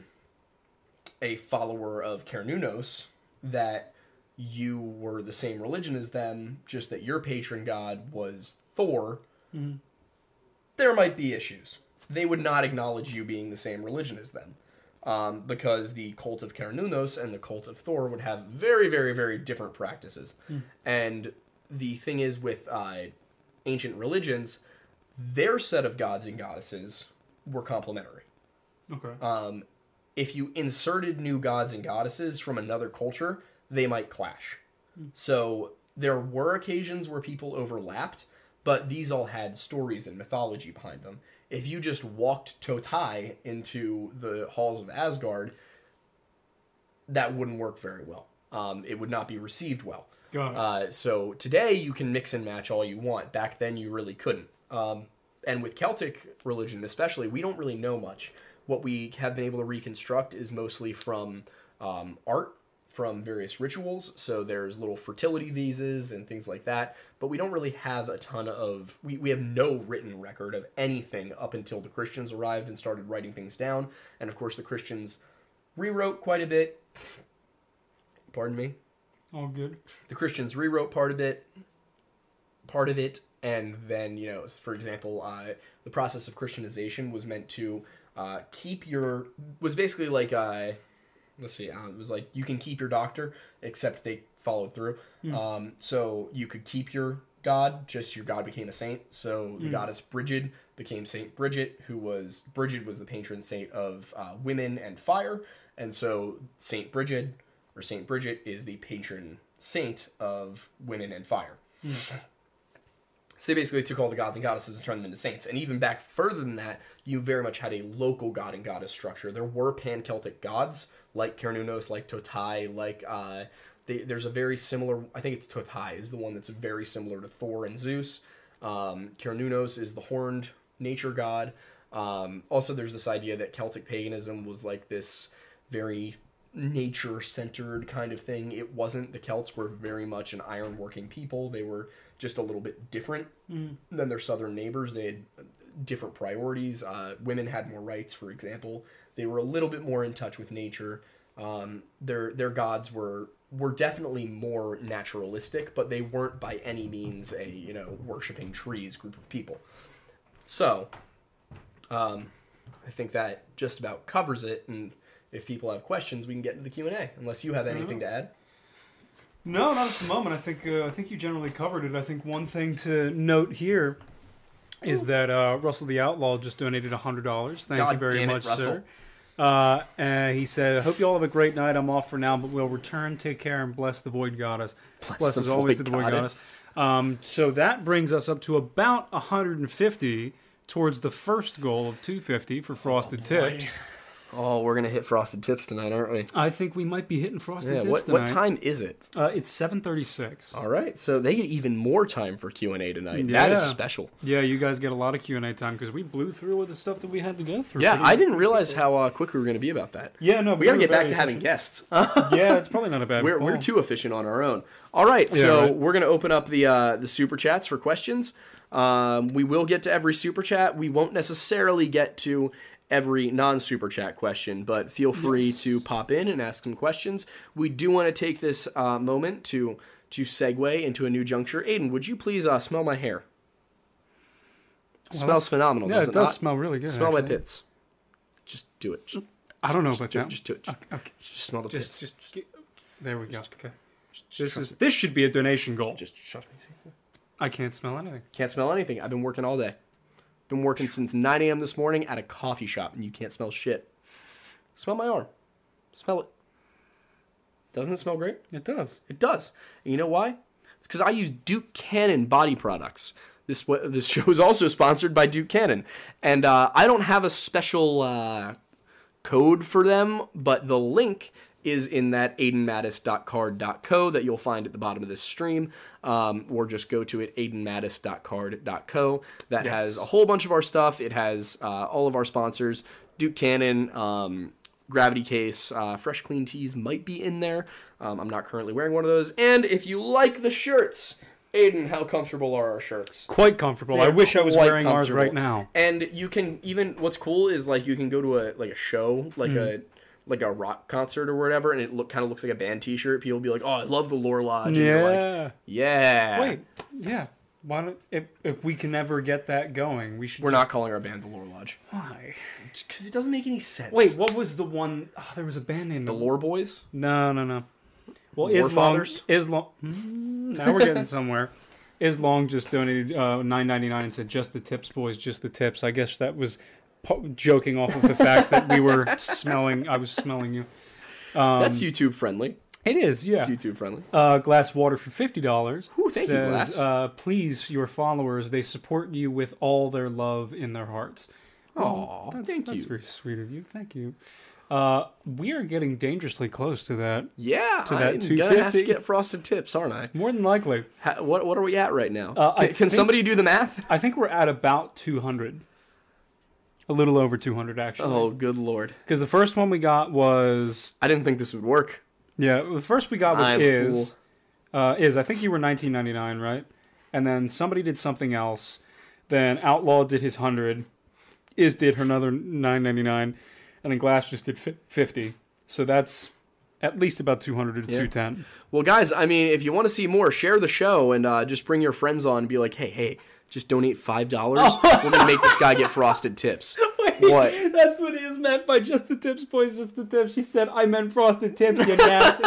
A: a follower of Cernunnos that you were the same religion as them, just that your patron god was Thor, there might be issues. They would not acknowledge you being the same religion as them. Um, because the cult of Cernunnos and the cult of Thor would have very, very, very different practices. And the thing is, with uh, ancient religions, their set of gods and goddesses were complementary.
B: Okay.
A: Um, if you inserted new gods and goddesses from another culture, they might clash. So there were occasions where people overlapped, but these all had stories and mythology behind them. If you just walked Totai into the halls of Asgard, that wouldn't work very well. Um, it would not be received well.
B: Got it.
A: Uh, so today you can mix and match all you want. Back then you really couldn't. Um, and with Celtic religion, especially, we don't really know much. What we have been able to reconstruct is mostly from um, art, from various rituals. So there's little fertility vases and things like that. But we don't really have a ton of, we, we have no written record of anything up until the Christians arrived and started writing things down. And of course, the Christians rewrote quite a bit. Pardon me
B: All good.
A: the Christians rewrote part of it, part of it, and then you know, for example, uh, the process of Christianization was meant to uh, keep your was basically like uh, let's see, uh, it was like you can keep your doctor, except they followed through. Um, so you could keep your god, just your god became a saint. So the goddess Brigid became Saint Bridget, who was Brigid was the patron saint of uh, women and fire, and so Saint Brigid or Saint Bridget is the patron saint of women and fire. So they basically took all the gods and goddesses and turned them into saints. And even back further than that, you very much had a local god and goddess structure. There were pan Celtic gods like Cernunnos, like Totai, like uh, they, there's a very similar. I think it's Totai is the one that's very similar to Thor and Zeus. Um, Cernunnos is the horned nature god. Um, also, there's this idea that Celtic paganism was like this very nature centered kind of thing. It wasn't. The Celts were very much an iron working people. They were just a little bit different than their southern neighbors. They had uh, different priorities. Uh, women had more rights, for example. They were a little bit more in touch with nature. Um, their their gods were were definitely more naturalistic, but they weren't by any means a you know worshiping trees group of people. So, um, I think that just about covers it. And if people have questions, we can get into the Q and A. Unless you have anything to add.
B: No, not at the moment. I think uh, I think you generally covered it. I think one thing to note here is that uh, Russell the Outlaw just donated hundred dollars. Thank you
A: God
B: very
A: damn it,
B: much,
A: Russell.
B: sir. Uh, and he said, "I hope you all have a great night. I'm off for now, but we'll return. Take care and bless the Void Goddess. Bless,
A: the
B: as always
A: Void
B: to the Void
A: Goddess.
B: Goddess." Um, so that brings us up to about 150 towards the first goal of 250 for Frosted Tips.
A: Oh, we're gonna hit frosted tips tonight, aren't we?
B: I think we might be hitting Frosted
A: Yeah.
B: Tips
A: What
B: tonight.
A: what time is it?
B: Uh, it's 7:36.
A: All right, so they get even more time for Q and A tonight. That is
B: Yeah.
A: special.
B: Yeah, you guys get a lot of Q and A time because we blew through with the stuff that we had to go through.
A: Yeah,
B: pretty-
A: I didn't realize how uh, quick we were gonna be about that.
B: Yeah, no,
A: We gotta get back to having guests.
B: yeah, it's probably not a bad.
A: We're, we're
B: call.
A: too efficient on our own. All right, so
B: Oh. right.
A: we're gonna open up the uh, the super chats for questions. Um, we will get to every super chat. We won't necessarily get to every non super chat question, but feel free to pop in and ask some questions. We do want to take this uh, moment to to segue into a new juncture. Aiden, would you please uh, smell my hair? Smells
B: that's-
A: phenomenal.
B: Yeah,
A: does
B: it does
A: not?
B: smell really good.
A: Smell my
B: actually.
A: pits. Just do it. Just,
B: I don't know about that.
A: just do it. Just,
B: okay.
A: just smell the
B: Just,
A: pits.
B: just, get- there we go. Okay. This is this should be a donation goal.
A: Just trust me.
B: I can't smell anything.
A: Can't smell anything. I've been working all day. Been working since 9 a.m. this morning at a coffee shop, and you can't smell shit. Smell my arm. Smell it. Doesn't it smell great?
B: It does.
A: It does. And you know why? It's because I use Duke Cannon body products. This wa- this show is also sponsored by Duke Cannon, and uh, I don't have a special uh, code for them, but the link is in that aidenmattis.card.co that you'll find at the bottom of this stream, um, or just go to it, aidenmattis.card.co. That has a whole bunch of our stuff. It has uh, all of our sponsors, Duke Cannon, um, Gravity Case, uh, Fresh Clean Teas might be in there. Um, I'm not currently wearing one of those. And if you like the shirts, Aiden, how comfortable are our shirts?
B: Quite comfortable. I
A: They're
B: wish I was
A: quite
B: wearing ours
A: comfortable.
B: right now.
A: And you can even what's cool is like you can go to a like a show, like
B: Mm.
A: a like a rock concert or whatever, and it look kind of looks like a band T-shirt. People be like, "Oh, I love the Lore Lodge." And you're like,
B: Yeah.
A: yeah.
B: Wait. Yeah. Why don't if if we can ever get that going, we should.
A: we're not calling our band the Lore Lodge
B: Why?
A: because it doesn't make any sense.
B: Wait, what was the one? Oh, there was a band name.
A: the Lore Boys?
B: No, no, no. Well,
A: Warfathers?
B: Islam. Islam. Now we're getting somewhere. Islong just donated uh, nine ninety nine and said, "Just the tips, boys. Just the tips." I guess that was po- joking off of the fact that we were smelling. I was smelling you. Um,
A: That's YouTube friendly.
B: It is, yeah.
A: It's YouTube friendly.
B: Uh, glass water for fifty dollars.
A: Ooh, thank you, Glass.
B: Uh, please, your followers, they support you with all their love in their hearts.
A: Aw,
B: Oh, that's,
A: thank
B: that's
A: you.
B: very sweet of you. Thank you. Uh, we are getting dangerously close to that.
A: Yeah,
B: To that
A: I'm gonna have to
B: 250.
A: get frosted tips, aren't I?
B: More than likely,
A: Ha, what What are we at right now?
B: Uh, I
A: can can
B: think-
A: somebody do the math?
B: I think we're at about two hundred. A little over two hundred, actually.
A: Oh, good lord!
B: Because the first one we got was
A: I didn't think this would work.
B: yeah. The first we got was
A: I'm a
B: is.
A: fool.
B: uh, is I think you were 1999, right? And then somebody did something else. Then Outlaw did his 100. Is did her another 999. And then Glass just did fi- 50. So that's at least about 200 to
A: Yeah.
B: 210.
A: Well, guys, I mean, if you want to see more, share the show and uh, just bring your friends on and be like, hey, hey, just donate five dollars. We're gonna make this guy get frosted tips. What?
B: That's what is meant by just the tips, boys, just the tips. She said, I meant frosted tips, you nasty.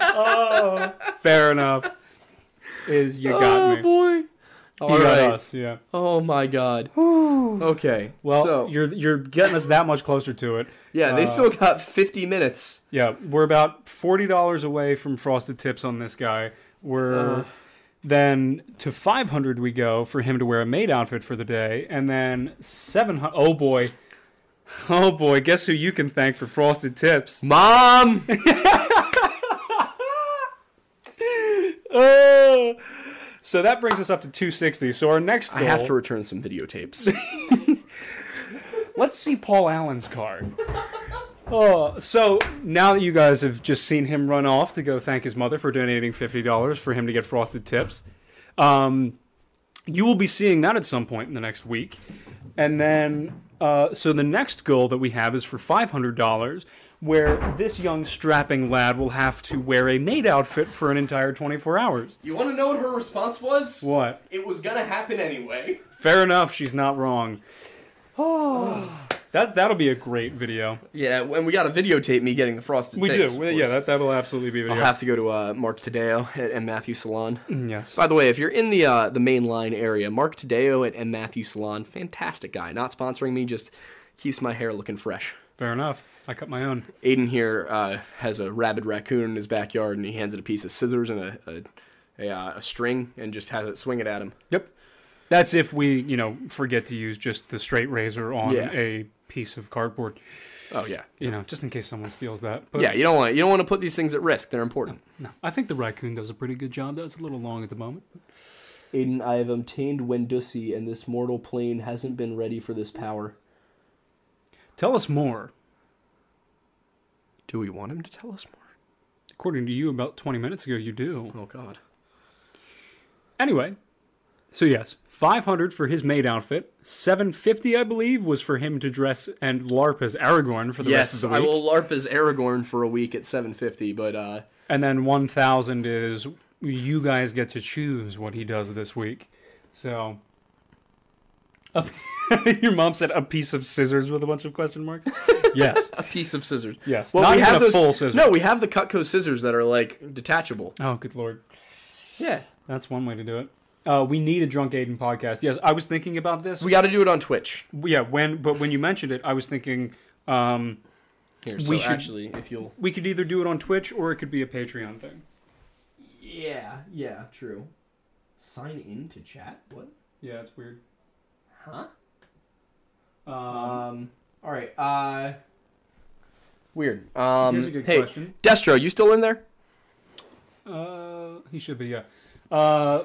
B: oh, fair enough. Is you got me.
A: Oh, boy! All
B: You
A: right.
B: got us, yeah.
A: Oh my god. Okay.
B: Well,
A: so
B: you're you're getting us that much closer to it.
A: yeah, they
B: uh,
A: still got fifty minutes.
B: Yeah, we're about forty dollars away from frosted tips on this guy. We're
A: Uh.
B: then to five hundred we go for him to wear a maid outfit for the day, and then seven hundred. Oh boy, oh boy, guess who you can thank for frosted tips?
A: Mom.
B: Oh, so that brings us up to two sixty. So our next
A: I
B: goal.
A: have to return some videotapes.
B: Let's see Paul Allen's card. Oh, so now that you guys have just seen him run off to go thank his mother for donating fifty dollars for him to get frosted tips, um, you will be seeing that at some point in the next week, and then uh, so the next goal that we have is for five hundred dollars, where this young strapping lad will have to wear a maid outfit for an entire twenty four hours.
A: you want to know what her response was?
B: What?
A: It was gonna happen anyway.
B: Fair enough. She's not wrong. Oh, that that'll be a great video.
A: Yeah, and we got to videotape me getting the frosted
B: We
A: tips,
B: do.
A: of
B: Well, yeah,
A: course.
B: that that'll absolutely be a
A: I'll
B: video.
A: have to go to uh, Mark Tadeo at M. Matthew Salon.
B: yes.
A: By the way, if you're in the uh, the main line area, Mark Tadeo at M. Matthew Salon, fantastic guy. Not sponsoring me, just keeps my hair looking fresh.
B: Fair enough. I cut my own.
A: Aiden here uh, has a rabid raccoon in his backyard, and he hands it a piece of scissors and a a, a, uh, a string, and just has it swing it at him.
B: Yep. That's if we, you know, forget to use just the straight razor on
A: Yeah.
B: a piece of cardboard,
A: Oh yeah,
B: you know, just in case someone steals that. But
A: yeah. You don't want you don't want to put these things at risk. They're important.
B: no, I think the raccoon does a pretty good job. That's a little long at the moment.
A: Aiden, I have obtained Wendusi, and this mortal plane hasn't been ready for this power.
B: Tell us more.
A: Do we want him to tell us more?
B: According to you, about 20 minutes ago, you do.
A: Oh God.
B: Anyway, so yes, 500 for his maid outfit. 750, I believe, was for him to dress and LARP as Aragorn for the rest of
A: Yes,
B: the week.
A: I will LARP as Aragorn for a week at 750, but uh,
B: And then 1,000 is you guys get to choose what he does this week. So. a- Your mom said a piece of scissors with a bunch of question marks? yes.
A: a piece of scissors.
B: Yes.
A: Well,
B: Not
A: we
B: even
A: have
B: a
A: those-
B: full scissor.
A: No, we have the Cutco scissors that are like detachable.
B: Oh, good lord.
A: Yeah.
B: That's one way to do it. Uh, we need a Drunk Aiden podcast. Yes, I was thinking about this.
A: We got to do it on Twitch.
B: yeah, when but when you mentioned it, I was thinking um,
A: Here,
B: We
A: we
B: should-
A: actually, if you'll.
B: we could either do it on Twitch or it could be a Patreon thing.
A: Yeah, yeah, true. Sign in to chat? What?
B: Yeah, it's weird.
A: Huh?
B: Um,
A: Um, all right. Uh, weird. Um,
B: here's a good
A: hey,
B: question.
A: Destro, you still in there?
B: Uh, he should be, yeah. Uh,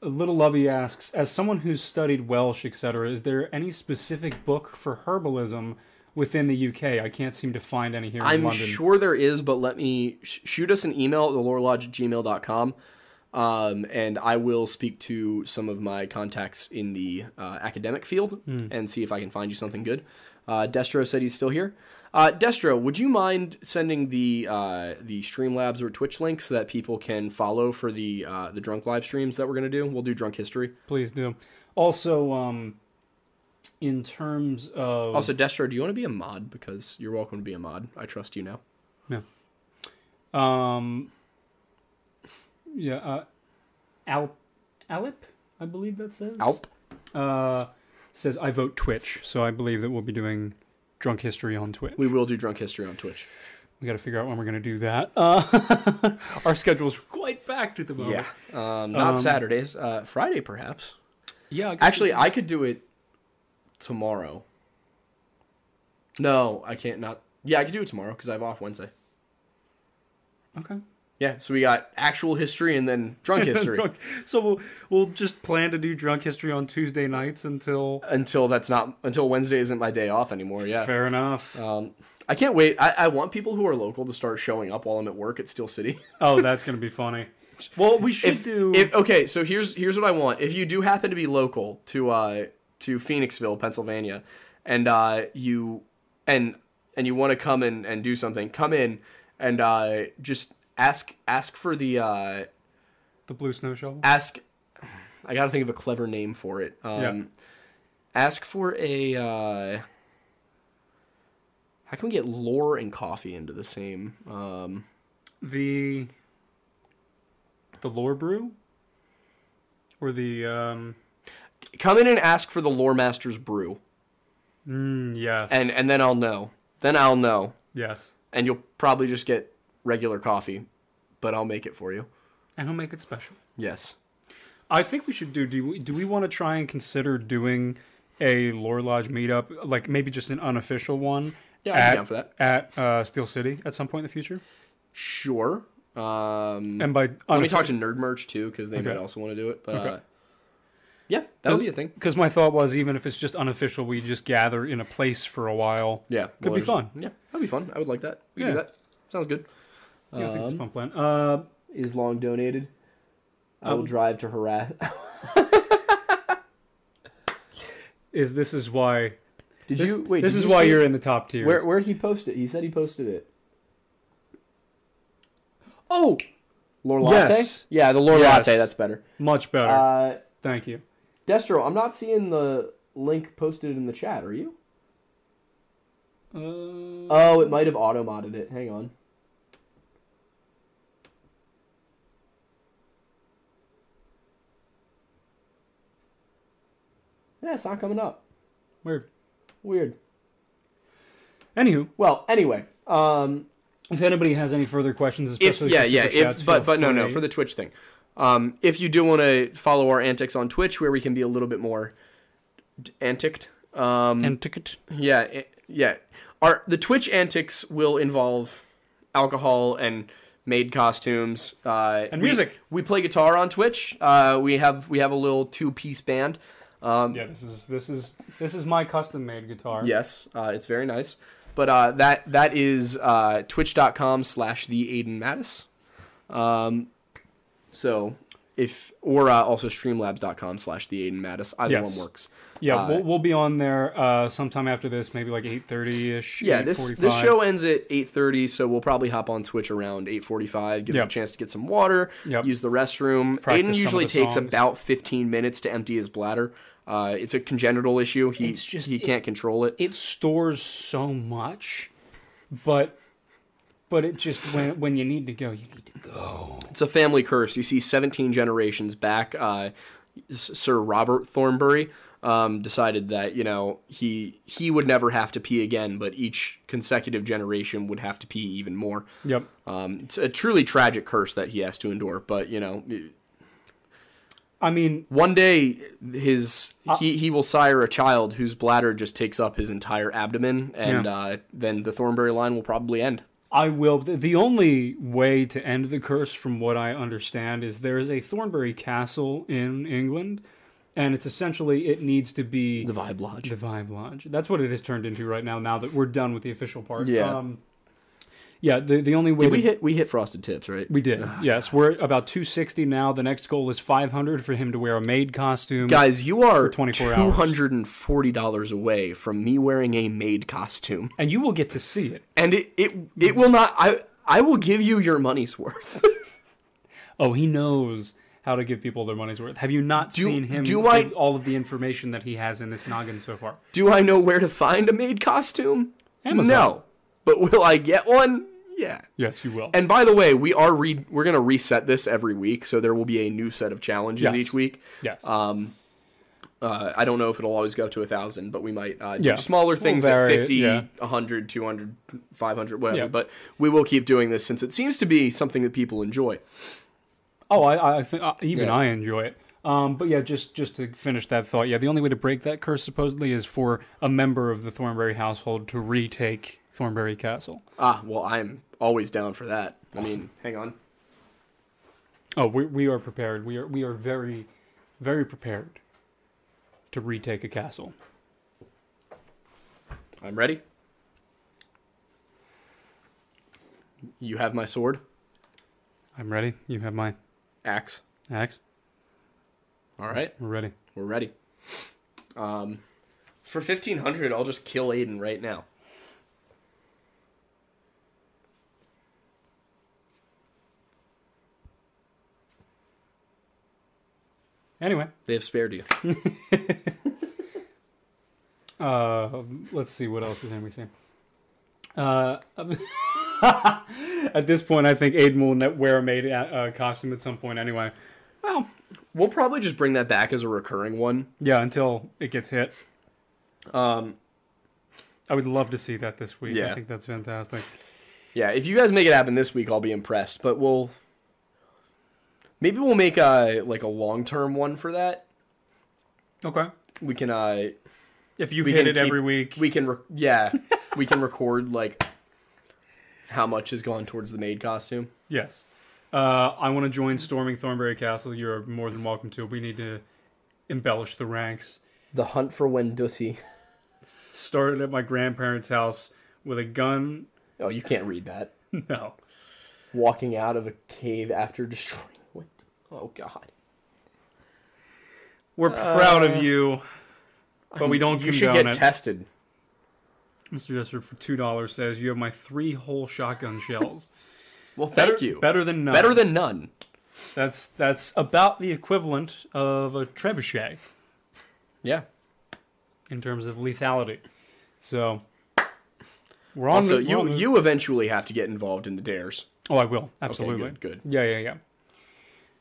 B: Little Lovey asks, as someone who's studied Welsh, etc., is there any specific book for herbalism within the UK? I can't seem to find any here in
A: I'm
B: London.
A: sure there is, but let me sh- shoot us an email at thelorelodge@gmail.com, um, and I will speak to some of my contacts in the uh, academic field
B: Hmm.
A: and see if I can find you something good. Uh, Destro said he's still here. Uh, Destro, would you mind sending the uh, the Streamlabs or Twitch link so that people can follow for the uh, the drunk live streams that we're gonna do? We'll do drunk history.
B: Please do. Also, um, in terms of
A: Also, Destro, do you want to be a mod? Because you're welcome to be a mod. I trust you now.
B: um, yeah, uh, Alp, Alip, I believe that says
A: Alp.
B: Uh, says, I vote Twitch. So I believe that we'll be doing drunk history on Twitch.
A: We will do drunk history on Twitch.
B: We got to figure out when we're going to do that. Uh, our schedule's quite packed at the moment.
A: Um, not Saturdays. Uh, Friday, perhaps.
B: Yeah. I guess-
A: Actually, I could do it tomorrow. No, I can't. Not. Yeah, I could do it tomorrow because I have off Wednesday.
B: Okay.
A: Yeah, so we got actual history and then drunk history
B: Drunk- So we'll, we'll just plan to do drunk history on Tuesday nights until.
A: until that's not until Wednesday isn't my day off anymore. Yeah.
B: Fair enough.
A: Um, I can't wait. I, I want people who are local to start showing up while I'm at work at Steel City.
B: oh, that's going to be funny. Well, we should
A: if,
B: do.
A: if- okay, so here's here's what I want. If you do happen to be local to uh to Phoenixville, Pennsylvania, and uh you and and you want to come in and do something, come in and uh just ask ask for the uh
B: the Blue Snow Shovel.
A: ask I got to think of a clever name for it. Um ask for a uh how can we get lore and coffee into the same um
B: the the lore brew or the um
A: come in and ask for the lore master's brew
B: mm, yes
A: and and then I'll know. Then I'll know.
B: yes
A: and you'll probably just get regular coffee, but I'll make it for you.
B: and he'll make it special
A: Yes.
B: i think we should do do we, do we want to try and consider doing a lore lodge meetup like maybe just an unofficial one
A: Yeah, I'd be
B: at,
A: down for that.
B: at uh, steel city at some point in the future
A: Sure. Um,
B: and by
A: let me talk to Nerd Merch too, because they might also want to do it. But uh, yeah, that'll be a thing.
B: because my thought was even if it's just unofficial we just gather in a place for a while
A: Yeah,
B: Could
A: well,
B: be
A: there's-
B: fun.
A: Yeah, that'd be fun. I would like that. We can
B: Yeah.
A: do that. Sounds good.
B: yeah, i think it's a fun plan uh,
A: Is long donated. I will drive to harass.
B: is this is why
A: did
B: this,
A: you wait?
B: this
A: did
B: is
A: you
B: why
A: see
B: you're in the top tier
A: Where where he posted? He said he posted it.
B: oh
A: Lore latte.
B: Yes.
A: Yeah, the lore
B: Yes.
A: latte. That's better.
B: much better
A: Uh,
B: Thank you.
A: Destro, I'm not seeing the link posted in the chat. Are you?
B: Uh,
A: Oh, it might have auto modded it. Hang on. Yeah, it's not coming up.
B: weird.
A: Weird.
B: Anywho,
A: Well, anyway, um,
B: if anybody has any further questions,
A: if
B: especially
A: yeah,
B: for
A: yeah,
B: super chats,
A: if
B: feel
A: but but no no
B: free.
A: for the Twitch thing, um, if you do want to follow our antics on Twitch where we can be a little bit more d- anticked, um,
B: and ticket.
A: Yeah, it- yeah. Our the Twitch antics will involve alcohol and made costumes uh,
B: And
A: we-
B: music.
A: We, play guitar on Twitch. Uh, we have we have a little two piece band. Um,
B: Yeah, this is this is this is my custom made guitar.
A: Yes, uh, it's very nice. But uh, that that is uh, twitch.com slash the Aiden Mattis. Um, so if or uh, also streamlabs.com slash the Aiden Mattis. Either
B: Yes.
A: one works.
B: yeah,
A: Uh,
B: we'll, we'll be on there uh, sometime after this, maybe like eight thirty ish.
A: yeah this this show ends at 8.30 so we'll probably hop on twitch around 8.45 give us
B: Yep.
A: a chance to get some water
B: Yep.
A: use the restroom
B: Practice some
A: aiden
B: of
A: usually
B: the
A: takes
B: songs.
A: about 15 minutes to empty his bladder uh, it's a congenital issue he,
B: It's just-
A: he
B: it-
A: can't control it
B: it stores so much, but but it just when when you need to go, you need to go.
A: it's a family curse you see 17 generations back uh, S- sir robert thornbury um, decided that you know he he would never have to pee again but each consecutive generation would have to pee even more
B: Yep.
A: um, it's a truly tragic curse that he has to endure but you know it-
B: I mean,
A: One day, his
B: Uh,
A: he, he will sire a child whose bladder just takes up his entire abdomen, and
B: Yeah.
A: uh, then the Thornberry line will probably end.
B: I will. th- The only way to end the curse, from what I understand, is there is a Thornbury Castle in England, and it's essentially it needs to be
A: The Vibe Lodge.
B: the Vibe Lodge. That's what it has turned into right now. Now that we're done with the official part,
A: Yeah.
B: um, yeah. The the only way
A: Did we
B: to-
A: hit we hit Frosted Tips, right?
B: we did yes, we're at about two sixty now. The next goal is five hundred for him to wear a maid costume.
A: Guys, you are
B: 24
A: two
B: hours.
A: hundred and forty dollars away from me wearing a maid costume,
B: and you will get to see it.
A: and it it it will not. I I will give you your money's worth.
B: Oh, he knows how to give people their money's worth. Have you not seen him
A: do
B: with
A: I-
B: all of the information that he has in this noggin so far?
A: Do I know where to find a maid costume?
B: Amazon.
A: No, but will I get one? Yeah.
B: Yes, you will.
A: And by the way, we are re- we're gonna reset this every week, so there will be a new set of challenges
B: Yes.
A: each week.
B: yes.
A: Um, Uh, I don't know if it'll always go up to a thousand, but we might uh, do
B: Yeah.
A: smaller things
B: vary
A: at
B: it,
A: 50,
B: yeah.
A: 100, 200, 500, whatever.
B: Yeah.
A: But we will keep doing this since it seems to be something that people enjoy.
B: Oh, I, I think uh, even
A: Yeah.
B: I enjoy it. Um, but yeah, just just to finish that thought, yeah, the only way to break that curse supposedly is for a member of the Thornberry household to retake Thornberry Castle.
A: Ah, well, I'm always down for that. I mean, hang on.
B: Oh, we we are prepared. We are we are very, very prepared to retake a castle.
A: I'm ready. You have my sword,
B: I'm ready. You have my
A: axe.
B: axe.
A: All right,
B: We're ready.
A: we're ready. Um, for 1500, I'll just kill Aiden right now.
B: Anyway,
A: They have spared you.
B: uh, let's see what else is in we see. Uh, at this point, I think Aiden will ne- wear a maid uh, costume at some point. Anyway, well,
A: We'll probably just bring that back as a recurring one.
B: Yeah, until it gets hit.
A: Um,
B: I would love to see that this week.
A: Yeah.
B: I think that's fantastic.
A: yeah, if you guys make it happen this week, I'll be impressed. But we'll maybe we'll make a like a long term one for that.
B: Okay.
A: We can uh
B: If you
A: We
B: hit
A: can
B: it every
A: keep-
B: week,
A: we can rec- yeah we can record like how much has gone towards the maid costume.
B: yes. Uh, I want to join storming Thornberry Castle. You're more than welcome to. We need to embellish the ranks.
A: The hunt for Wendussy.
B: Started at my grandparents' house with a gun.
A: Oh, you can't read that.
B: No.
A: Walking out of a cave after destroying. Wend- Oh God.
B: We're proud of you, but we don't
A: Uh, You should
B: condone
A: get
B: it.
A: tested.
B: Mr. Jester for two dollars says you have my three whole shotgun shells.
A: Well, thank
B: better,
A: you.
B: Better than none.
A: Better than none.
B: That's that's about the equivalent of a trebuchet
A: Yeah.
B: in terms of lethality. So we're on.
A: Also,
B: the- we're on
A: you
B: the-
A: you eventually have to get involved in the dares.
B: Oh, I will absolutely.
A: good, Um, good.
B: Yeah, yeah, yeah.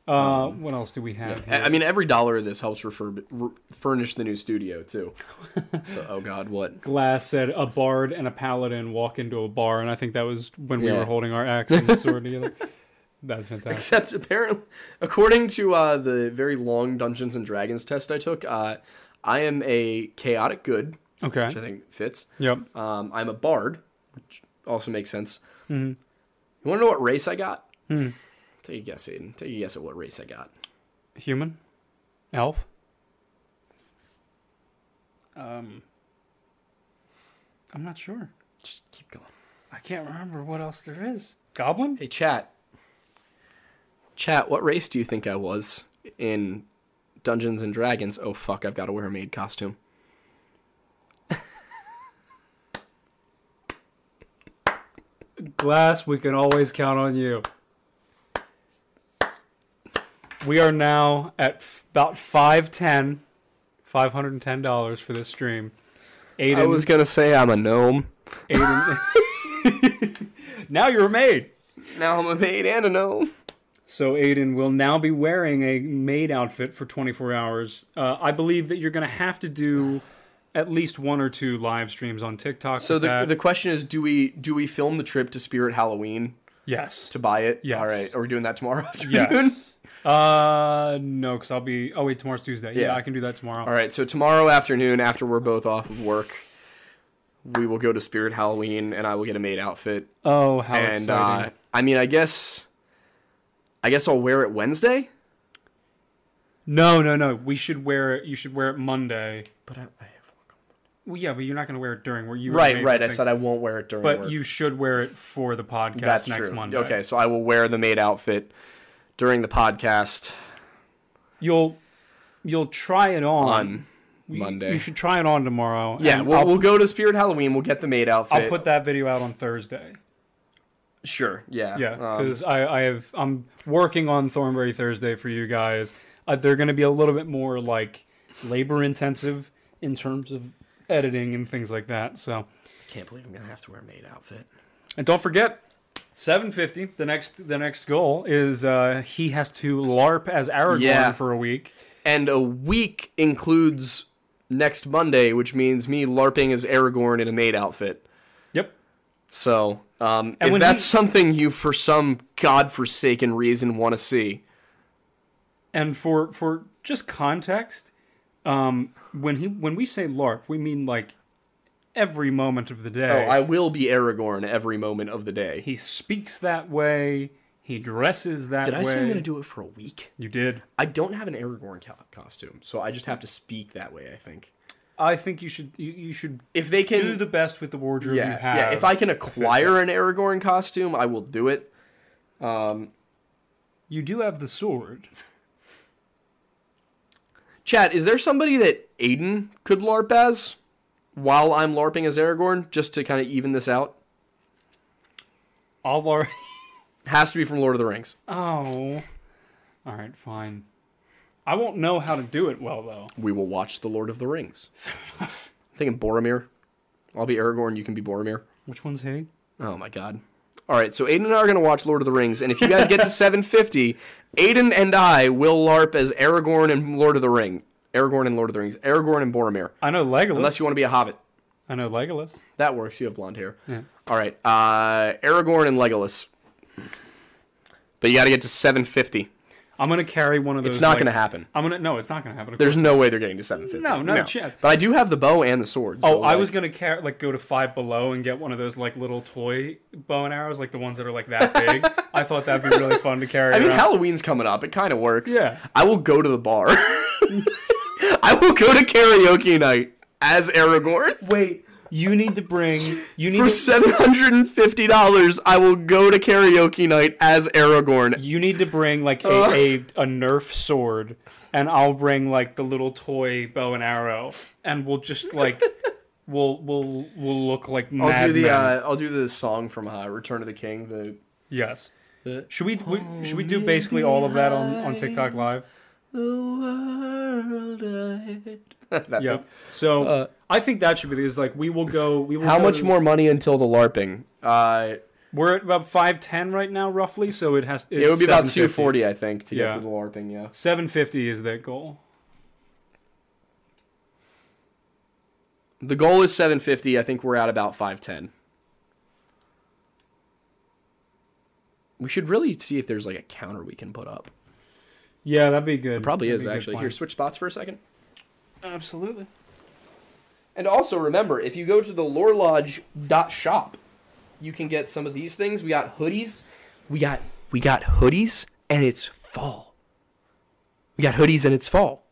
B: Uh, what else do we have?
A: I
B: here?
A: I mean, every dollar of this helps refurb r- furnish the new studio too. so, oh God, what?
B: Glass said a bard and a paladin walk into a bar, and I think that was when we
A: Yeah.
B: were holding our axe and sword together. That's fantastic.
A: Except apparently, according to uh, the very long Dungeons and Dragons test I took, uh, I am a chaotic good, which I
B: Okay.
A: think fits.
B: Yep.
A: Um, I'm a bard, which also makes sense.
B: Mm-hmm.
A: You want to know what race I got?
B: Hmm.
A: Take a guess, Aiden. Take a guess at what race I got.
B: Human. Elf. Um. I'm not sure.
A: Just keep going.
B: I can't remember what else there is. Goblin?
A: Hey, chat. Chat, what race do you think I was in Dungeons and Dragons? Oh, fuck, I've got to wear a maid costume.
B: Glass, we can always count on you. We are now at f- about 510 $510 for this stream. Aiden,
A: I was going to say I'm a gnome.
B: Aiden. now you're a maid.
A: Now I'm a maid and a gnome.
B: So Aiden will now be wearing a maid outfit for 24 hours. Uh, I believe that you're going to have to do at least one or two live streams on TikTok.
A: So
B: with
A: the,
B: that.
A: the question is, do we do we film the trip to Spirit Halloween
B: yes,
A: to buy it?
B: Yes.
A: All right, are we doing that tomorrow afternoon?
B: Yes. uh, no, because I'll be. Oh wait, tomorrow's Tuesday. Yeah,
A: Yeah.
B: I can do that tomorrow.
A: All right, so tomorrow afternoon, after we're both off of work, we will go to Spirit Halloween, and I will get a maid outfit.
B: Oh, how
A: and
B: exciting!
A: uh, I mean, I guess, I guess I'll wear it Wednesday.
B: no, no, no. We should wear it. You should wear it Monday.
A: But I, I have
B: Well, yeah, but you're not going to wear it during. Where you
A: right, right. I said I won't wear it during
B: But
A: work.
B: you should wear it for the podcast
A: That's
B: next
A: true.
B: Monday.
A: Okay, so I will wear the maid outfit during the podcast
B: You'll you'll try it on.
A: on
B: You-
A: Monday.
B: Um, You should try it on tomorrow.
A: yeah,
B: and
A: we'll,
B: I'll,
A: we'll go to Spirit Halloween. We'll get the maid outfit.
B: I'll put that video out on Thursday.
A: sure. Yeah.
B: Yeah,
A: um,
B: because I, I have I'm working on Thornberry Thursday for you guys. Uh, they're going to be a little bit more like labor intensive in terms of editing and things like that. So,
A: Can't believe I'm gonna have to wear a maid outfit.
B: and don't forget, 750. The next the next goal is uh, he has to LARP as Aragorn
A: Yeah.
B: for a week.
A: and a week includes next Monday, which means me larping as Aragorn in a maid outfit.
B: Yep.
A: So, um,
B: And
A: if
B: when
A: that's
B: he-
A: something you, for some godforsaken reason, want to see,
B: And for for just context, um, when he when we say LARP, we mean like every moment of the
A: oh,
B: day.
A: I will be Aragorn every moment of the day.
B: He speaks that way. He dresses that
A: Did
B: way.
A: I say I'm going to do it for a week?
B: You did.
A: I don't have an Aragorn co- costume, so I just have to speak that way. I think
B: I think you should you, you should
A: if they can
B: do the best with the wardrobe you
A: yeah,
B: have.
A: Yeah, if I can acquire an Aragorn costume, I will do it.
B: you do have the sword.
A: Chat, is there somebody that Aiden could LARP as while I'm LARPing as Aragorn, just to kind of even this out?
B: I'll lar-
A: Has to be from Lord of the Rings.
B: Oh. All right, fine. I won't know how to do it well though.
A: We will watch The Lord of the Rings. I'm thinking Boromir. I'll be Aragorn, you can be Boromir.
B: Which one's he?
A: Oh my god. All right, so Aiden and I are going to watch Lord of the Rings, and if you guys get to 750, Aiden and I will LARP as Aragorn and Lord of the Ring. Aragorn and Lord of the Rings. Aragorn and Boromir.
B: I know Legolas.
A: Unless you want to be a hobbit.
B: I know Legolas.
A: That works. You have blonde hair.
B: Yeah.
A: All right. Uh, Aragorn and Legolas. But you got to get to 750.
B: I'm gonna carry one of those.
A: It's not
B: like-
A: going to happen.
B: I'm gonna no, it's not gonna happen.
A: There's no way they're getting to 750.
B: no, not a chance.
A: But I do have the bow and the sword.
B: Oh,
A: so,
B: I
A: like,
B: was gonna carry like go to Five Below and get one of those like little toy bow and arrows, like the ones that are like that big. I thought that'd be really fun to carry
A: I mean,
B: around.
A: Halloween's coming up. It kind of works.
B: Yeah.
A: I will go to the bar. I will go to karaoke night as Aragorn.
B: Wait, you need to bring you need
A: For
B: to,
A: $750, I will go to karaoke night as Aragorn.
B: you need to bring like a,
A: Uh.
B: a a Nerf sword, and I'll bring like the little toy bow and arrow, and we'll just like we'll we'll we'll look like
A: I'll do
B: mad
A: the
B: men.
A: uh, I'll do the song from uh, Return of the King, the
B: yes.
A: The
B: Should we, we should we do basically all of that on on TikTok Live?
A: The world I...
B: Yeah. So I think that should be this. Like we will go. We will.
A: Uh, How
B: go
A: much
B: to-
A: more money until the LARPing? Uh,
B: We're at about five ten right now, roughly. So it has.
A: it would be about 240, I think, to get
B: Yeah.
A: to the LARPing, yeah.
B: Seven fifty is that goal.
A: The goal is 750. I think we're at about 510. We should really see if there's like a counter we can put up.
B: Yeah, that'd be good.
A: Probably
B: That'd
A: is
B: be a good
A: actually.
B: plan.
A: Here, switch spots for a second.
B: Absolutely.
A: And also remember, if you go to the lorelodge.shop, you can get some of these things. We got hoodies. We got we got hoodies and it's fall. We got hoodies and it's fall.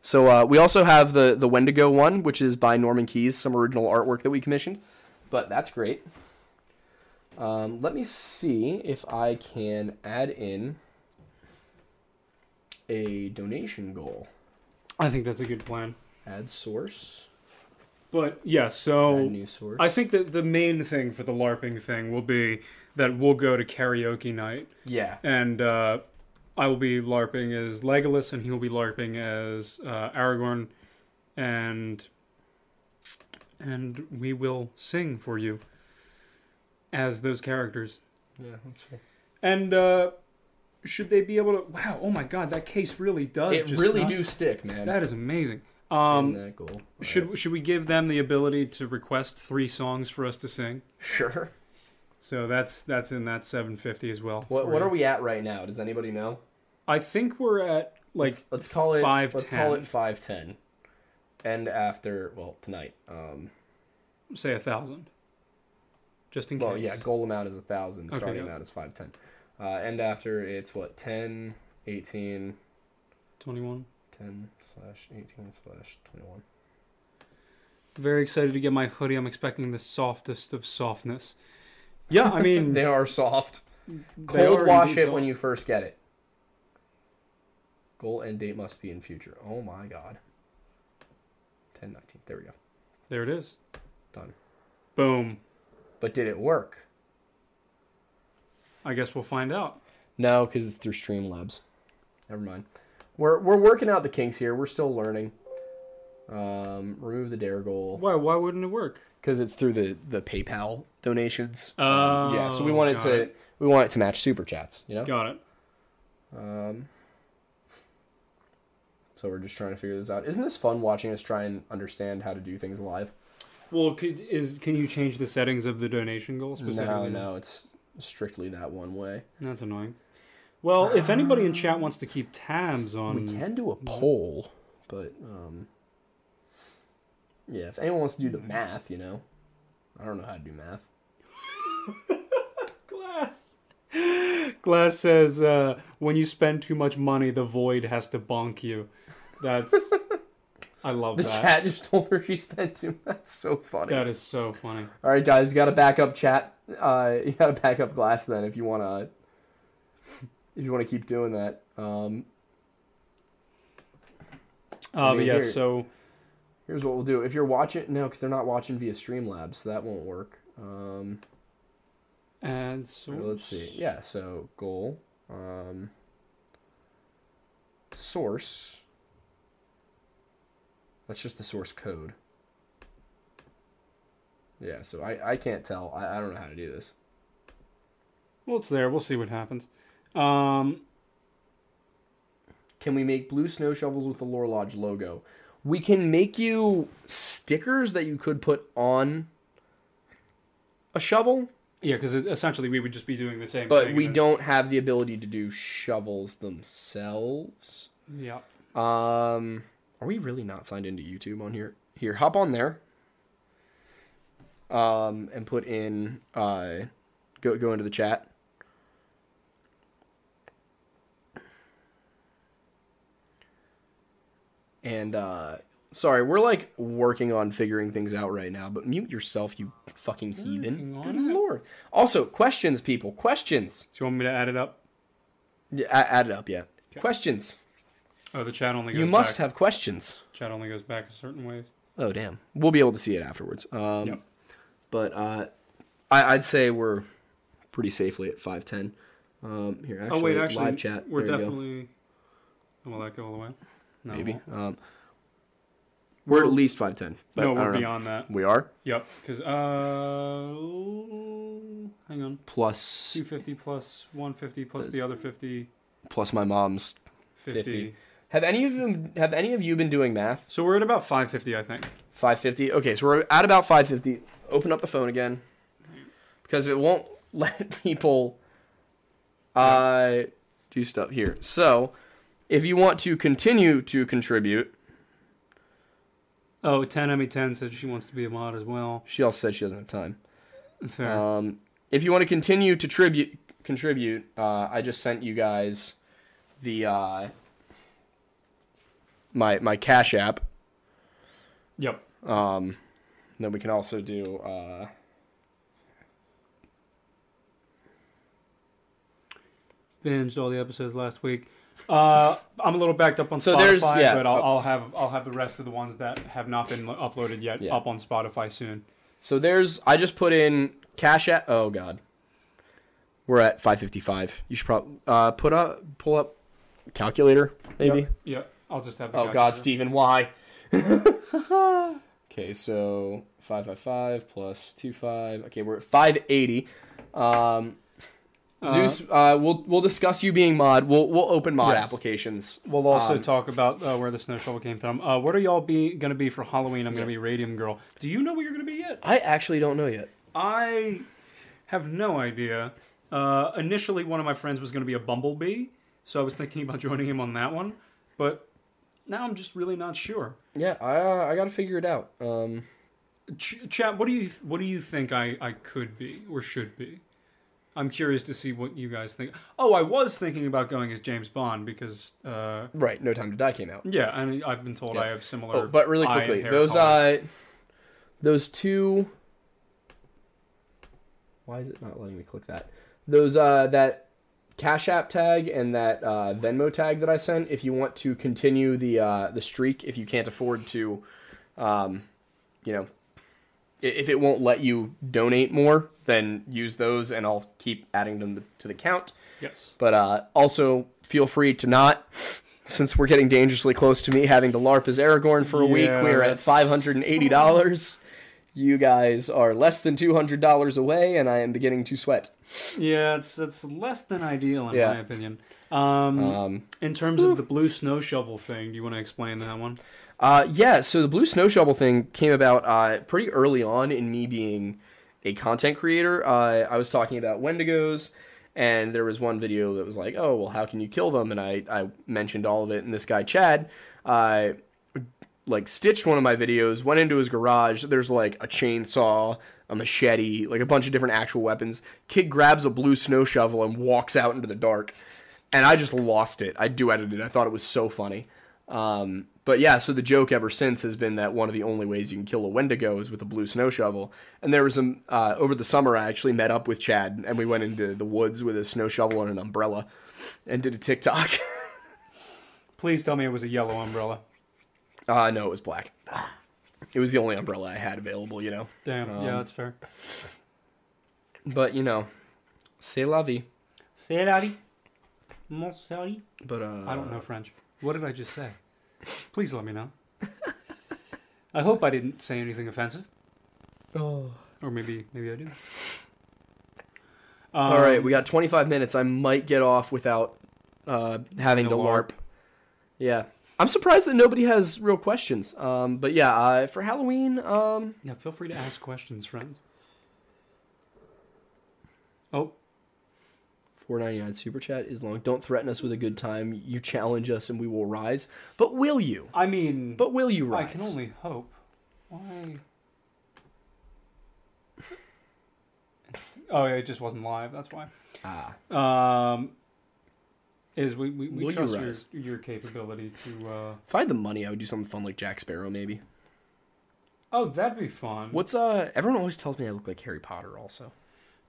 A: So uh, we also have the the Wendigo one, which is by Norman Keys, some original artwork that we commissioned. But that's great. Um, let me see if I can add in a donation goal.
B: I think that's a good plan.
A: Add source.
B: But yeah,
A: Add
B: so
A: new source.
B: Oh, I think that the main thing for the LARPing thing will be that we'll go to karaoke night,
A: yeah.
B: and uh, I will be LARPing as Legolas, and he will be LARPing as uh, Aragorn, and and we will sing for you as those characters.
A: Yeah, that's right.
B: And uh, should they be able to? Wow! Oh my God, that case really does.
A: It
B: just
A: really
B: not-
A: do stick, man.
B: That is amazing.
A: And
B: Um,
A: that goal.
B: should should we give them the ability to request three songs for us to sing?
A: sure.
B: So that's that's in that 750 as well.
A: What
B: for
A: what
B: you.
A: are we at right now? Does anybody know?
B: I think we're at like
A: Let's, let's call it
B: five
A: Let's call it five ten. And after well tonight. Um.
B: say a thousand, just in
A: Well,
B: case.
A: yeah. Goal amount is a thousand.
B: Okay,
A: starting
B: yeah.
A: amount is five ten. Uh, and after it's what 10, 18,
B: 21.
A: 10 slash eighteen slash twenty one.
B: Very excited to get my hoodie. I'm expecting the softest of softness. Yeah, I mean,
A: They are soft.
B: they
A: Mm-hmm. Cold
B: are
A: wash
B: indeed
A: it when
B: soft.
A: you first get it. Goal end date must be in future. Oh my god. 10, 19. There we go.
B: There it is.
A: Done.
B: Boom.
A: But did it work?
B: I guess we'll find out.
A: No, because it's through Streamlabs. Never mind. We're we're working out the kinks here. We're still learning. Um, remove the dare goal
B: Why? Why wouldn't it work?
A: because it's through the the PayPal donations.
B: Oh,
A: Um, yeah, so we want it
B: got
A: to we want it to match super chats. You know.
B: Got it.
A: Um, So we're just trying to figure this out. Isn't this fun watching us try and understand how to do things live?
B: Well, could, is can you change the settings of the donation goal
A: No,
B: specifically?
A: no, it's strictly that one way.
B: That's annoying. Well, if anybody in chat wants to keep tabs on,
A: we can do a poll, but um, yeah, if anyone wants to do the math, you know, I don't know how to do math.
B: Glass. Glass says, uh, when you spend too much money, the void has to bonk you. That's. I love
A: The
B: that.
A: chat just told her she spent too much. That's so funny.
B: That is so funny.
A: All right, guys, you got to back up chat. Uh, you got to back up glass then if you want to. If you want to keep doing that, um,
B: Uh, but
A: mean,
B: yeah,
A: here-
B: so
A: here's what we'll do. If you're watching, no, because they're not watching via Streamlabs, so that won't work. Um,
B: and so
A: Well, let's see. Yeah, so goal, um, source. That's just the source code. Yeah, so I, I can't tell. I, I don't know how to do this.
B: Well, it's there. We'll see what happens. Um,
A: Can we make blue snow shovels with the Lore Lodge logo? We can make you stickers that you could put on a shovel,
B: yeah, because essentially we would just be doing the same.
A: but
B: thing
A: we
B: and-
A: don't have the ability to do shovels themselves.
B: Yeah.
A: Um, are we really not signed into YouTube on here? Here, hop on there. Um, and put in uh, go go into the chat. And uh, sorry, we're like working on figuring things out right now. But mute yourself, you fucking heathen!
B: Working on
A: Good
B: it.
A: lord. Also, questions, people, questions.
B: Do you want me to add it up?
A: Yeah, a- add it up, yeah. Questions.
B: Oh, the chat only goes.
A: You must
B: back.
A: have questions.
B: Chat only goes back a certain ways.
A: Oh damn, we'll be able to see it afterwards. Um,
B: Yep.
A: But uh, I, I'd say we're pretty safely at five ten. Um, here, actually,
B: oh wait, actually,
A: live chat.
B: We're
A: there you go.
B: definitely. Will that go all the way? No,
A: maybe.
B: it
A: Um, we're at least five ten.
B: won't. No, we're beyond that.
A: We are
B: Yep. Because uh, hang on.
A: plus
B: Two fifty plus one fifty plus the other 50,
A: plus my mom's
B: 50.
A: 50. Have any of you have any of you been doing math?
B: So we're at about five fifty, I think.
A: Five fifty. Okay, so we're at about five fifty. Open up the phone again, because it won't let people uh, do stuff here. So, if you want to continue to contribute,
B: Oh, 10 Emmy 10 said she wants to be a mod as well.
A: she also said she doesn't have time.
B: Fair.
A: Um, if you want to continue to tribute contribute, uh, I just sent you guys the uh, my my Cash App.
B: yep.
A: Um, and then we can also do. Uh,
B: binged all the episodes last week. Uh, I'm a little backed up on
A: So
B: Spotify,
A: there's- yeah.
B: but I'll,
A: Oh.
B: I'll have I'll have the rest of the ones that have not been lo- uploaded yet
A: Yeah.
B: up on Spotify soon.
A: So there's I just put in cash app. Oh god, we're at five fifty five. You should probably uh, put up pull up calculator maybe.
B: Yep. Yep. I'll just have. The
A: Oh god,
B: calculator.
A: Steven, why? okay, so five five five plus two five. Okay, we're at five eighty. Um,
B: Uh,
A: Zeus, uh, we'll we'll discuss you being mod. We'll we'll open mod
B: Yes.
A: applications.
B: We'll also
A: um,
B: talk about uh, where the snow shovel came from. Uh, what are y'all be gonna be for Halloween? I'm gonna
A: Yeah.
B: be Radium Girl. Do you know what you're gonna be yet?
A: I actually don't know yet.
B: I have no idea. Uh, initially, one of my friends was gonna be a bumblebee, so I was thinking about joining him on that one, but now I'm just really not sure.
A: Yeah, I uh, I gotta figure it out. Um,
B: Ch- chat what do you what do you think I, I could be or should be i'm curious to see what you guys think oh i was thinking about going as james bond because uh,
A: right, No Time to Die came out.
B: yeah and i've been told i
A: Yeah.
B: have similar
A: Oh, but really
B: eye and
A: quickly,
B: hair
A: those
B: color.
A: uh, those two. Why is it not letting me click that? Those uh, that Cash App tag and that uh, Venmo tag that I sent. If you want to continue the uh, the streak, if you can't afford to, um, you know, i- if it won't let you donate more, then use those, and I'll keep adding them to the count.
B: yes
A: But uh, also feel free to not, since we're getting dangerously close to me having to LARP as Aragorn for a week.
B: Yeah,
A: We are at
B: that's-
A: five hundred and eighty dollars. You guys are less than two hundred dollars away, and I am beginning to sweat.
B: yeah it's it's less than ideal in
A: Yeah.
B: my opinion Um,
A: Um,
B: in terms of the blue snow shovel thing, do you want to explain that one?
A: Uh, yeah, so the blue snow shovel thing came about uh, pretty early on in me being a content creator. Uh, I was talking about Wendigos, and there was one video that was like, "Oh, well, how can you kill them?" And I, I mentioned all of it, and this guy Chad, uh, like stitched one of my videos, went into his garage. There's like a chainsaw, a machete, like a bunch of different actual weapons. Kid grabs a blue snow shovel and walks out into the dark. And I just lost it. I do edit it. I thought it was so funny. Um, but yeah, so the joke ever since has been that one of the only ways you can kill a Wendigo is with a blue snow shovel. And there was some uh, over the summer. I actually met up with Chad, and we went into the woods with a snow shovel and an umbrella, and did a TikTok.
B: Please tell me it was a yellow umbrella.
A: uh, no, it was black. It was the only umbrella I had available, you know.
B: Damn.
A: Um.
B: yeah, that's fair.
A: But you know, c'est la vie.
B: Say daddy. Mon sorry.
A: But uh,
B: I don't know French. What did I just say? Please let me know. I hope I didn't say anything offensive,
A: Oh.
B: or maybe maybe I did.
A: All
B: Um,
A: right, we got 25 minutes. I might get off without uh, having
B: No
A: to
B: LARP.
A: LARP. Yeah. I'm surprised that nobody has real questions. Um, but yeah, uh, for Halloween, um,
B: Yeah, feel free to ask questions, friends. Oh,
A: 499 super chat is long. Don't threaten us with a good time. You challenge us and we will rise. But will you?
B: I mean,
A: But will you
B: I
A: rise?
B: can only hope. Why? Oh, yeah, it just wasn't live. That's why.
A: Ah.
B: Um, is we we, we
A: Will you
B: trust your,
A: rise?
B: your capability to. Uh...
A: If I had the money, I would do something fun like Jack Sparrow, maybe.
B: Oh, that'd be fun.
A: What's uh? Everyone always tells me I look like Harry Potter. Also,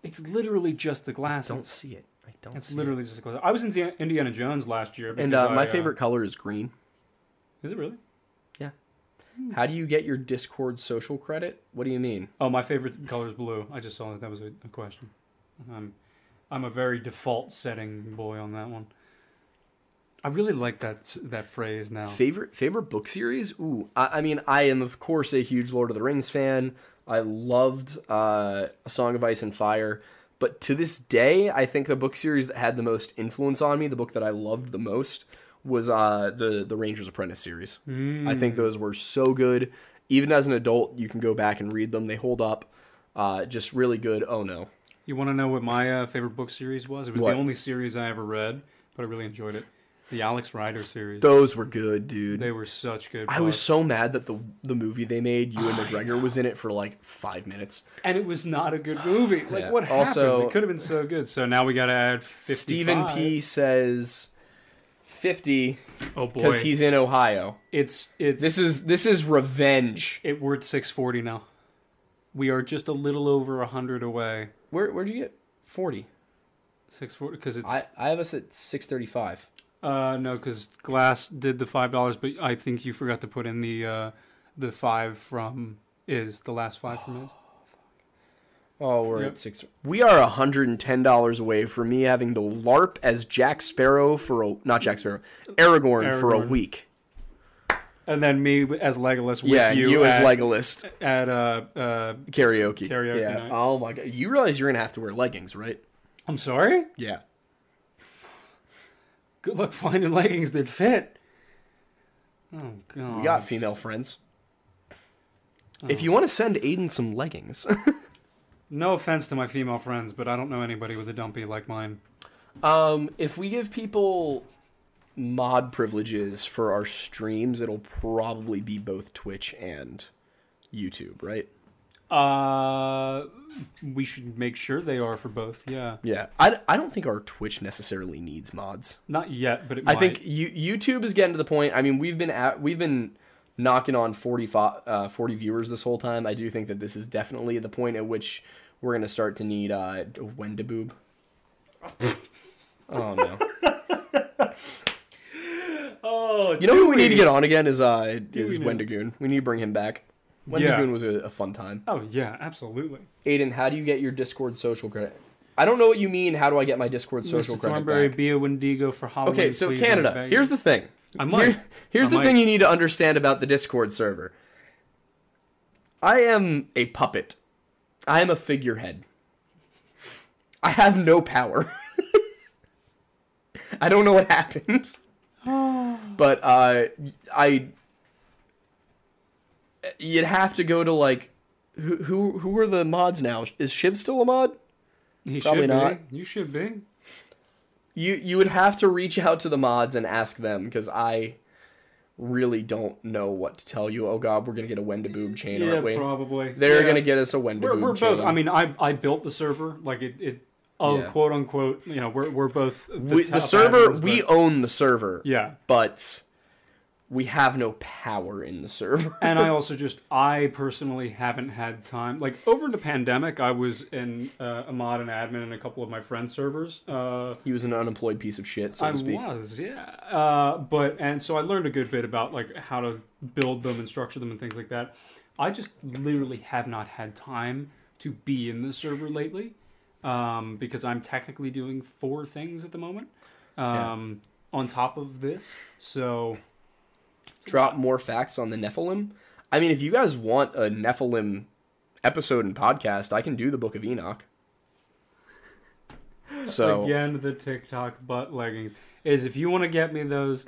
B: It's literally just the glasses.
A: don't see it. I don't.
B: It's
A: see it.
B: literally just the glasses. I was in Zia- Indiana Jones last year.
A: And
B: because
A: uh, my
B: I,
A: favorite color is green.
B: Is it really?
A: How do you get your Discord social credit? What do you mean?
B: Oh, my favorite color is blue. I just saw that that was a, a question. I'm, I'm a very default setting boy on that one. I really like that s- that phrase now.
A: Favorite favorite book series? Ooh, I, I mean, I am of course a huge Lord of the Rings fan. I loved uh, A Song of Ice and Fire, but to this day, I think the book series that had the most influence on me, the book that I loved the most, was uh, the the Ranger's Apprentice series. I think
B: Hmm.
A: those were so good. Even as an adult, you can go back and read them. They hold up. Uh, just really good. Oh no.
B: You want to know what my uh, favorite book series was? It was
A: What?
B: the only series I ever read, but I really enjoyed it. The Alex Rider series.
A: Those were good, dude.
B: They were Oh, such good.
A: I was
B: books.
A: so mad that the the movie they made, Ewan McGregor was in it for like five minutes.
B: and it was not a good movie. Like
A: Yeah.
B: what happened?
A: Also-
B: it could have been so good. So now we got to add fifty.
A: Stephen P says fifty
B: Oh boy,
A: because he's in Ohio.
B: it's it's
A: This is this is revenge.
B: It we're at six forty now. We are just a little over hundred away.
A: Where where'd you get forty?
B: Six forty because it's
A: I I have us at six thirty five.
B: uh no because Glass did the five dollars, but I think you forgot to put in the uh the five from is the last five from is.
A: Oh, we're
B: Yep.
A: at six. We are hundred and ten dollars away from me having the LARP as Jack Sparrow for a not Jack Sparrow, Aragorn, for a
B: Aragorn.
A: week.
B: And then me as Legolas with
A: yeah, and
B: you,
A: you, as
B: at,
A: Legolas
B: at uh uh
A: karaoke.
B: Karaoke
A: yeah.
B: night.
A: Oh my god, you realize you're gonna have to wear leggings, right?
B: I'm sorry.
A: Yeah.
B: Good luck finding leggings that fit. Oh god.
A: We got female friends. If you want to send Aiden some leggings,
B: no offense to my female friends, but I don't know anybody with a dumpy like mine.
A: um, if we give people mod privileges for our streams, it'll probably be both Twitch and YouTube, right?
B: Uh, we should make sure they are for both. Yeah,
A: Yeah, I, I don't think our Twitch necessarily needs mods.
B: not yet, but it
A: I
B: might.
A: think you, YouTube is getting to the point. I mean, we've been at we've been knocking on 45, uh, 40 viewers this whole time. I do think that this is definitely the point at which we're gonna start to need uh, Wendaboob. oh no.
B: Oh,
A: You know who we need to get on again is uh is
B: we
A: Wendigoon. We need to bring him back. Wendigoon
B: Yeah.
A: was a, a fun time.
B: Oh yeah, absolutely.
A: Aiden, how do you get your Discord social credit? I don't know what you mean. How do I get my Discord social
B: Mr.
A: credit?
B: Thornberry,
A: back?
B: be a Wendigo for Halloween.
A: Okay, so
B: please,
A: Canada.
B: I'm begging.
A: Here's the thing.
B: I might.
A: Here- here's
B: I
A: the
B: might.
A: thing you need to understand about the Discord server. I am a puppet. I am a figurehead. I have no power. I don't know what happened. but uh, I, you'd have to go to like, who who who are the mods now? Is Shiv still a mod?
B: He
A: Probably
B: should
A: not.
B: Be. You should be.
A: You you would have to reach out to the mods and ask them because I really don't know what to tell you. Oh God, we're gonna get a Wendaboob chain,
B: Yeah,
A: aren't we?
B: probably.
A: They're
B: Yeah.
A: gonna get us a Wendaboob
B: We're, we're
A: chain.
B: both. I mean, I I built the server. Like it. it oh,
A: Yeah.
B: quote unquote. You know, we're we're both the,
A: we,
B: top
A: the server
B: admins, but-
A: we own the server
B: Yeah.
A: but we have no power in the server
B: and I also just I personally haven't had time. Like over the pandemic, I was in uh, a mod and admin in a couple of my friends' servers. Uh,
A: he was an unemployed piece of shit so
B: I
A: to speak
B: was, yeah. Uh, but and so I learned a good bit about like how to build them and structure them and things like that. I just literally have not had time to be in the server lately um, because I'm technically doing four things at the moment um, on top of this. So
A: drop more facts on the nephilim i mean if you guys want a nephilim episode and podcast i can do the book of enoch so
B: again, the TikTok butt leggings is if you want to get me those,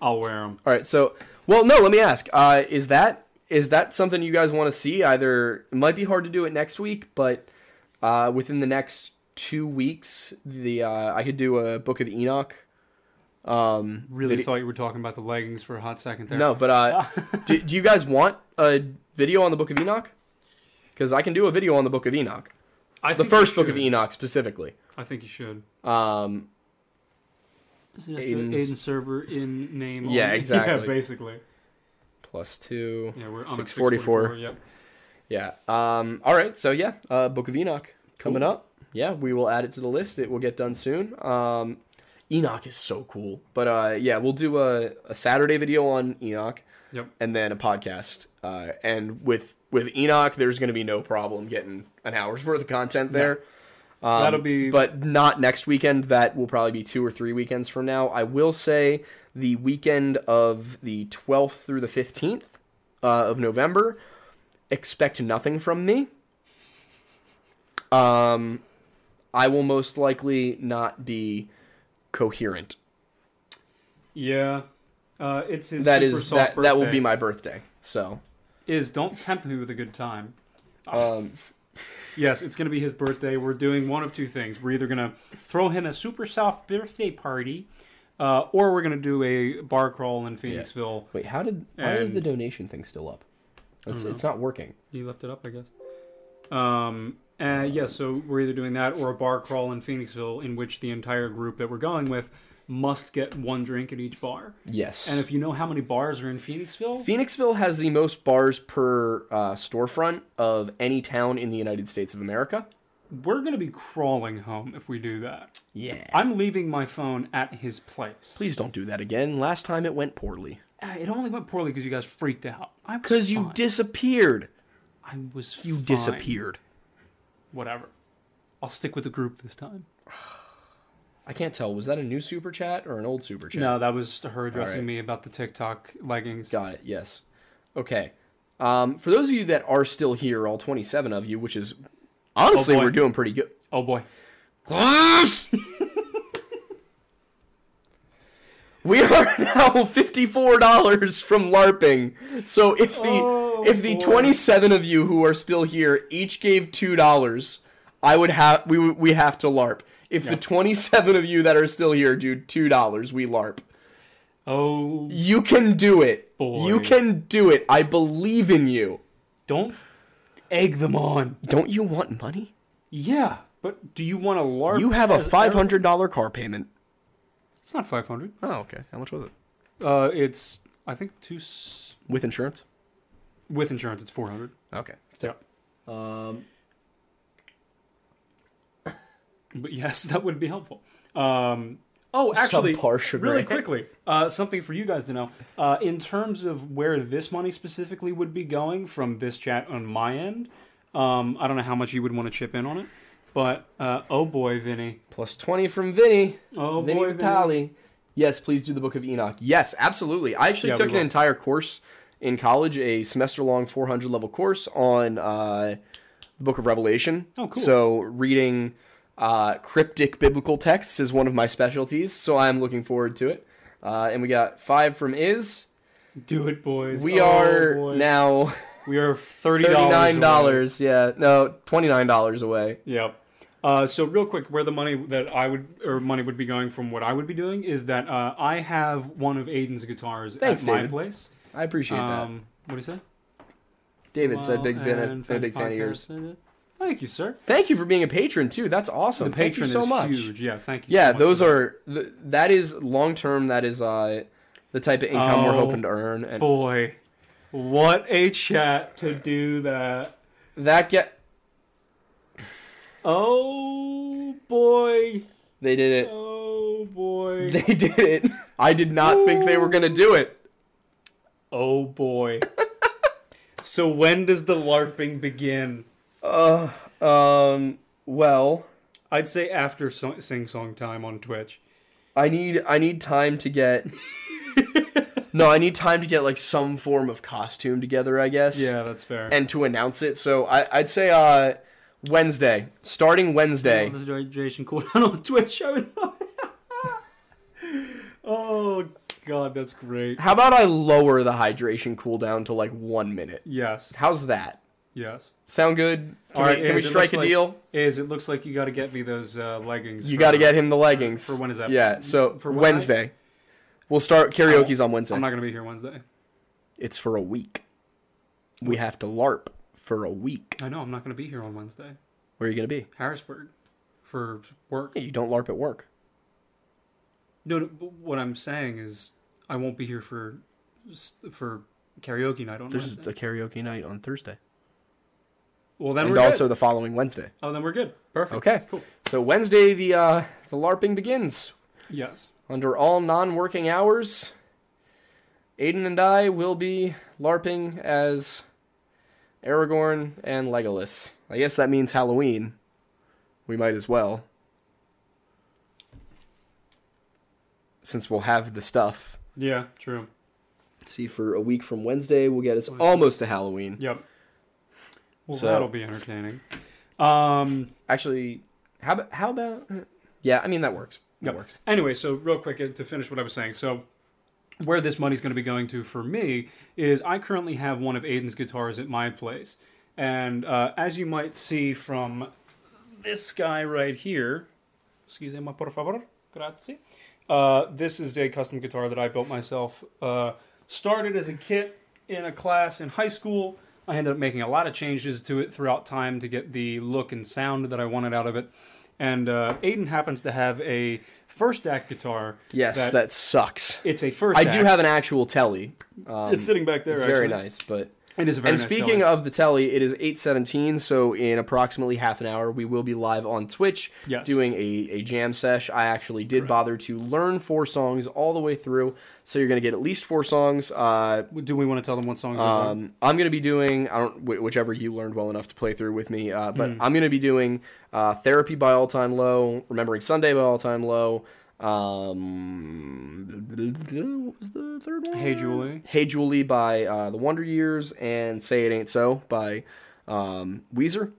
B: I'll wear them.
A: all right so well no let me ask uh, is that is that something you guys want to see either it might be hard to do it next week but uh, within the next two weeks the uh, i could do a book of enoch um
B: Really
A: vide-
B: thought you were talking about the leggings for a hot second there.
A: no but uh do, do you guys want a video on the book of enoch because i can do a video on the book of enoch
B: I
A: the
B: think you
A: first book of
B: should.
A: enoch specifically
B: I think you should.
A: um Aiden's-
B: Aiden server in name.
A: Yeah,
B: only.
A: exactly.
B: Yeah, basically.
A: plus two
B: Yeah, we're on at
A: 644.
B: 644, Yep.
A: Yeah. Um. All right. So yeah, uh, Book of Enoch coming up. Yeah, we will add it to the list. It will get done soon. Um, Enoch is so cool. But uh, yeah, we'll do a, a Saturday video on Enoch.
B: Yep.
A: And then a podcast. Uh, and with with Enoch, there's going to be no problem getting an hour's worth of content there. Um,
B: That'll be-
A: but not next weekend. That will probably be two or three weekends from now. I will say the weekend of the 12th through the 15th uh, of November expect nothing from me. Um, I will most likely not be coherent.
B: Yeah. Uh, it's his
A: That
B: super
A: is
B: soft
A: that that will
B: birthday.
A: be my birthday. So,
B: is don't tempt me with a good time.
A: um,
B: Yes, it's gonna be his birthday. We're doing one of two things. We're either gonna throw him a super soft birthday party, uh, or we're gonna do a bar crawl in Phoenixville.
A: wait, how did why is the
B: And-
A: donation thing still up? It's it's not working.
B: He left it up, I guess. Um, uh, yeah, so we're either doing that or a bar crawl in Phoenixville, in which the entire group that we're going with must get one drink at each bar.
A: Yes.
B: And if you know how many bars are in Phoenixville,
A: Phoenixville has the most bars per uh, storefront of any town in the United States of America.
B: we're going to be crawling home if we do that.
A: Yeah.
B: I'm leaving my phone at his place.
A: Please don't do that again. Last time it went poorly.
B: Uh, It only went poorly because you guys freaked out. I was
A: Because you
B: fine.
A: disappeared.
B: I was.
A: You
B: fine.
A: disappeared.
B: Whatever. I'll stick with the group this time.
A: I can't tell. Was that a new super chat or an old super chat?
B: No, that was her addressing
A: right.
B: me about the TikTok leggings.
A: Got it. Yes. Okay. Um, for those of you that are still here, all 27 of you, which is honestly,
B: Oh, boy.
A: we're doing pretty good.
B: Oh boy.
A: we are now fifty-four dollars from LARPing. So if the
B: Oh,
A: if the
B: boy.
A: twenty-seven of you who are still here each gave two dollars, I would have we would- we have to LARP. If the twenty-seven of you that are still here do two dollars, we LARP.
B: Oh.
A: You can do it.
B: Boy.
A: You can do it. I believe in you.
B: Don't egg them on.
A: Don't you want money?
B: Yeah, but do you want a large?
A: You have a five hundred dollar car payment.
B: It's not five hundred.
A: Oh, okay. How much was it?
B: Uh, it's I think two s-
A: With insurance?
B: with insurance. It's four hundred.
A: Okay.
B: Yeah.
A: Um,
B: But yes, that would be helpful. Um. Oh, actually,
A: Subpar chagrin.
B: really quickly, uh, something for you guys to know. Uh, in terms of where this money specifically would be going from this chat on my end, um, I don't know how much you would want to chip in on it, but uh, oh boy, Vinny,
A: plus 20 from Vinny.
B: oh
A: Vinny
B: boy, Vinny.
A: Vitale. Yes, please do the Book of Enoch. Yes, absolutely. I actually
B: Yeah, we
A: took an
B: will.
A: entire course in college, a semester long 400 level course on uh, the Book of Revelation.
B: Oh, cool.
A: So reading Uh, cryptic biblical texts is one of my specialties, so I'm looking forward to it. Uh, and we got five from Iz.
B: Do it, boys.
A: We
B: Oh,
A: are
B: boys.
A: now
B: we are thirty
A: thirty-nine
B: away.
A: dollars. Yeah, no, twenty-nine dollars away.
B: Yep. Uh, so real quick, where the money that I would or money would be going from what I would be doing is that uh, I have one of Aiden's guitars
A: Thanks,
B: at my
A: David.
B: place.
A: I appreciate that.
B: Um, what do you say?
A: David said,
B: Well,
A: "Big fan,
B: and
A: been a big fan of
B: podcast.
A: yours."
B: uh, Thank you, sir.
A: Thank you for being a patron too. That's
B: The
A: awesome. Thank you
B: patron
A: so
B: is
A: much.
B: huge. Yeah, thank you.
A: Yeah,
B: so much
A: those
B: for that.
A: are th- that is long term. That is uh, the type of income we're
B: Oh,
A: hoping to earn, and
B: boy. What a chat to do that.
A: that get
B: Oh boy.
A: they did it.
B: Oh boy.
A: They did it. I did not think they were gonna do it.
B: Oh boy. so when does the LARPing begin?
A: Uh, um. Well,
B: I'd say after so- sing song time on Twitch.
A: I need I need time to get. no, I need time to get like some form of costume together. I guess.
B: Yeah, that's fair.
A: And to announce it, so I I'd say uh Wednesday, starting Wednesday.
B: Oh, the duration cooldown on Twitch. I would oh god, that's great.
A: How about I lower the hydration cooldown to like one minute?
B: Yes,
A: How's that?
B: yes.
A: Sound good? Can
B: All right,
A: we, can we
B: Ames, it
A: strike
B: looks
A: a
B: like-
A: deal?
B: Is it looks like you got to get me those uh, leggings?
A: You
B: for-
A: got to get him the leggings.
B: for when is that?
A: Yeah, so
B: For what night?
A: Wednesday. We'll start karaoke's on Wednesday.
B: I'm not gonna be here Wednesday.
A: It's for a week. We have to LARP for a week.
B: I know I'm not gonna be here on Wednesday.
A: Where are you going to be?
B: Harrisburg for work.
A: Yeah, you don't LARP at work.
B: No, no, but what I'm saying is I won't be here for for karaoke night on
A: There's
B: Wednesday.
A: a karaoke night on Thursday.
B: well, then
A: And
B: we're
A: also
B: good.
A: the following Wednesday.
B: Oh, then we're good. Perfect.
A: Okay.
B: Cool.
A: So Wednesday the uh the LARPing begins.
B: Yes.
A: Under all non-working hours, Aiden and I will be LARPing as Aragorn and Legolas. I guess that means Halloween. We might as well. Since we'll have the stuff.
B: Yeah. True.
A: See, for a week from Wednesday, we'll get us almost to Halloween.
B: Yep. Well,
A: So-
B: that'll be entertaining. Um.
A: Actually, how about, how about. Yeah, I mean, that works. That
B: Yep.
A: works.
B: Anyway, so real quick uh, to finish what I was saying. So, where this money's going to be going to for me is I currently have one of Aiden's guitars at my place, and uh, as you might see from this guy right here, excuse me, por favor, grazie. Uh, this is a custom guitar that I built myself. Uh, started as a kit in a class in high school. I ended up making a lot of changes to it throughout time to get the look and sound that I wanted out of it. And uh, Aiden happens to have a first act guitar.
A: Yes, that,
B: that-
A: sucks.
B: It's a first.
A: I do
B: act.
A: have an actual telly. Um,
B: It's sitting back there.
A: it's
B: actually.
A: very nice, but.
B: It is a very
A: and
B: nice
A: speaking
B: telly.
A: of the telly, it is 8.17, so in approximately half an hour, we will be live on Twitch
B: Yes.
A: doing a, a jam sesh. I actually did bother to learn four songs all the way through, so you're going to get at least four songs. Uh,
B: do we want to tell them what songs? those are?
A: um, I'm going to be doing, I don't, wh- whichever you learned well enough to play through with me, uh, but
B: Mm.
A: I'm going to be doing uh, Therapy by All Time Low, Remembering Sunday by All Time Low, um, what was the third one?
B: Hey Julie.
A: Hey Julie by uh, The Wonder Years and Say It Ain't So by um, Weezer.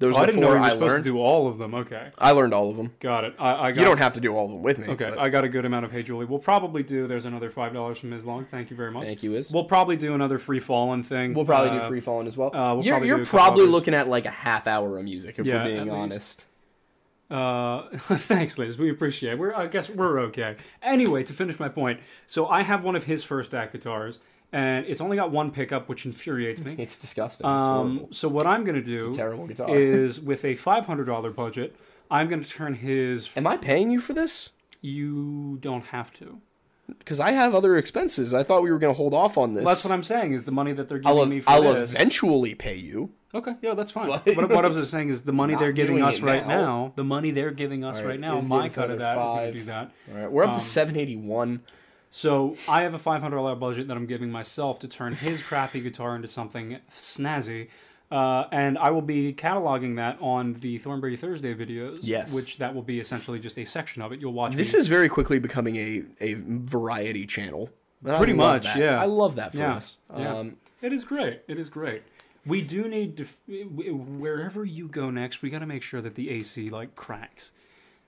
A: Those
B: Oh, I
A: are the
B: didn't know
A: four
B: we were
A: I
B: supposed
A: learned.
B: to do all of them. Okay,
A: I learned all of them.
B: got it. I, I got
A: You don't have to do all of them with me.
B: Okay,
A: but
B: I got a good amount of Hey Julie. We'll probably do. There's another five dollars from Ms. Long. Thank you very much.
A: Thank you, Is.
B: We'll probably do another Free Fallen thing.
A: We'll probably do
B: Uh,
A: free falling as well.
B: uh, we'll
A: you're
B: probably
A: you're
B: do a couple
A: probably
B: others.
A: looking at like a half hour of music if
B: Yeah,
A: we're being
B: at least.
A: honest.
B: Uh, thanks, Liz. We appreciate. It. We're I guess we're okay. Anyway, to finish my point, so I have one of his first act guitars, and it's only got one pickup, which infuriates me.
A: It's disgusting. It's
B: Um,
A: horrible.
B: so what I'm gonna do
A: Terrible guitar.
B: is with a five hundred dollar budget, I'm gonna turn his.
A: Am I paying you for this?
B: You don't have to.
A: Because I have other expenses. I thought we were going to hold off on this.
B: That's what I'm saying. Is the money that they're giving
A: I'll,
B: me for
A: I'll
B: this?
A: eventually pay you.
B: Okay, yeah, that's fine.
A: Like-
B: what, what I was just saying is the money
A: Not
B: they're giving
A: doing
B: us
A: it
B: right
A: now.
B: now. the money they're giving us
A: All
B: right,
A: right,
B: now,
A: he's
B: my
A: giving us
B: cut of that is
A: another
B: going
A: five.
B: to do that.
A: All right, we're up
B: Um,
A: to 781.
B: So I have a five hundred dollar budget that I'm giving myself to turn his crappy guitar into something snazzy, uh, and I will be cataloging that on the Thornberry Thursday videos.
A: Yes.
B: which that will be essentially just a section of it. You'll watch
A: This
B: me-
A: is very quickly becoming a, a variety channel. And I
B: Pretty
A: love
B: much,
A: that.
B: yeah.
A: I love that for
B: Yeah,
A: us.
B: yeah.
A: Um,
B: It is great. It is great. We do need to f- w- wherever you go next. We got to make sure that the AC like cracks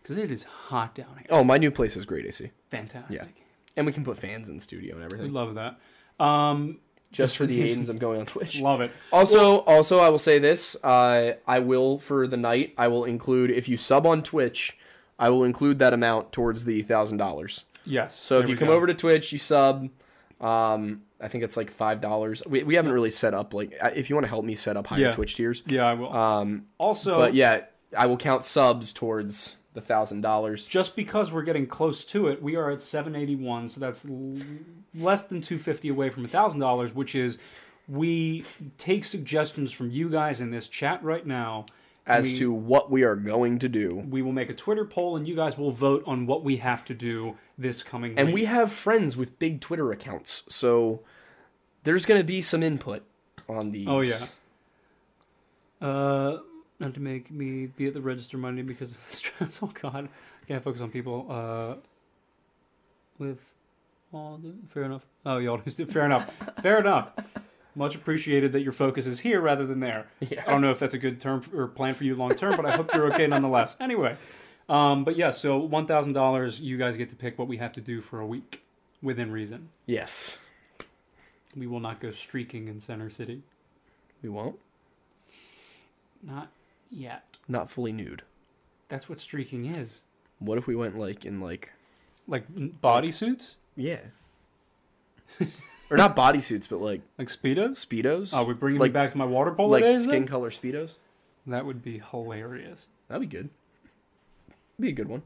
B: because it is hot down here.
A: Oh, my new place is great AC,
B: Fantastic.
A: and we can put fans in studio and
B: We
A: everything.
B: love that. Um,
A: Just for the Aidens, I'm going on Twitch.
B: love it.
A: Also, also, I will say this: I I will for the night. I will include if you sub on Twitch, I will include that amount towards the thousand dollars.
B: Yes.
A: So if you come over to Twitch, you sub. Um, I think it's like five dollars. We, we haven't really set up like I- if you want to help me set up higher
B: Yeah.
A: Twitch tiers.
B: yeah, I will.
A: Um,
B: also,
A: but yeah, I will count subs towards the thousand dollars.
B: just because we're getting close to it, we are at 781, so that's l- less than 250 away from $1,000, which is we take suggestions from you guys in this chat right now. and
A: As
B: we,
A: to what we are going to do,
B: we will make a Twitter poll and you guys will vote on what we have to do this coming
A: and
B: week.
A: we have friends with big Twitter accounts, so there's going to be some input on these.
B: Oh, yeah. Uh, not to make me be at the register Monday because of the stress. Oh God, I can't focus on people. Uh, with all the fair enough. Oh, y'all just did fair enough. Fair enough. Much appreciated that your focus is here rather than there. I don't know if that's a good term for, or plan for you long term, but I hope you're okay nonetheless. Anyway, um, but yeah, so one thousand dollars. You guys get to pick what we have to do for a week, within reason.
A: Yes,
B: We will not go streaking in Center City.
A: we won't.
B: Not yet.
A: Not fully nude.
B: That's what streaking is.
A: What if we went like in like
B: Like n- bodysuits?
A: yeah, or not bodysuits, but like
B: Like Speedos?
A: speedos.
B: Oh, we're bringing
A: Like-
B: me back to my water polo
A: like
B: days?
A: skin
B: Skin...
A: color speedos.
B: That would be hilarious.
A: That'd be good. Be a good one.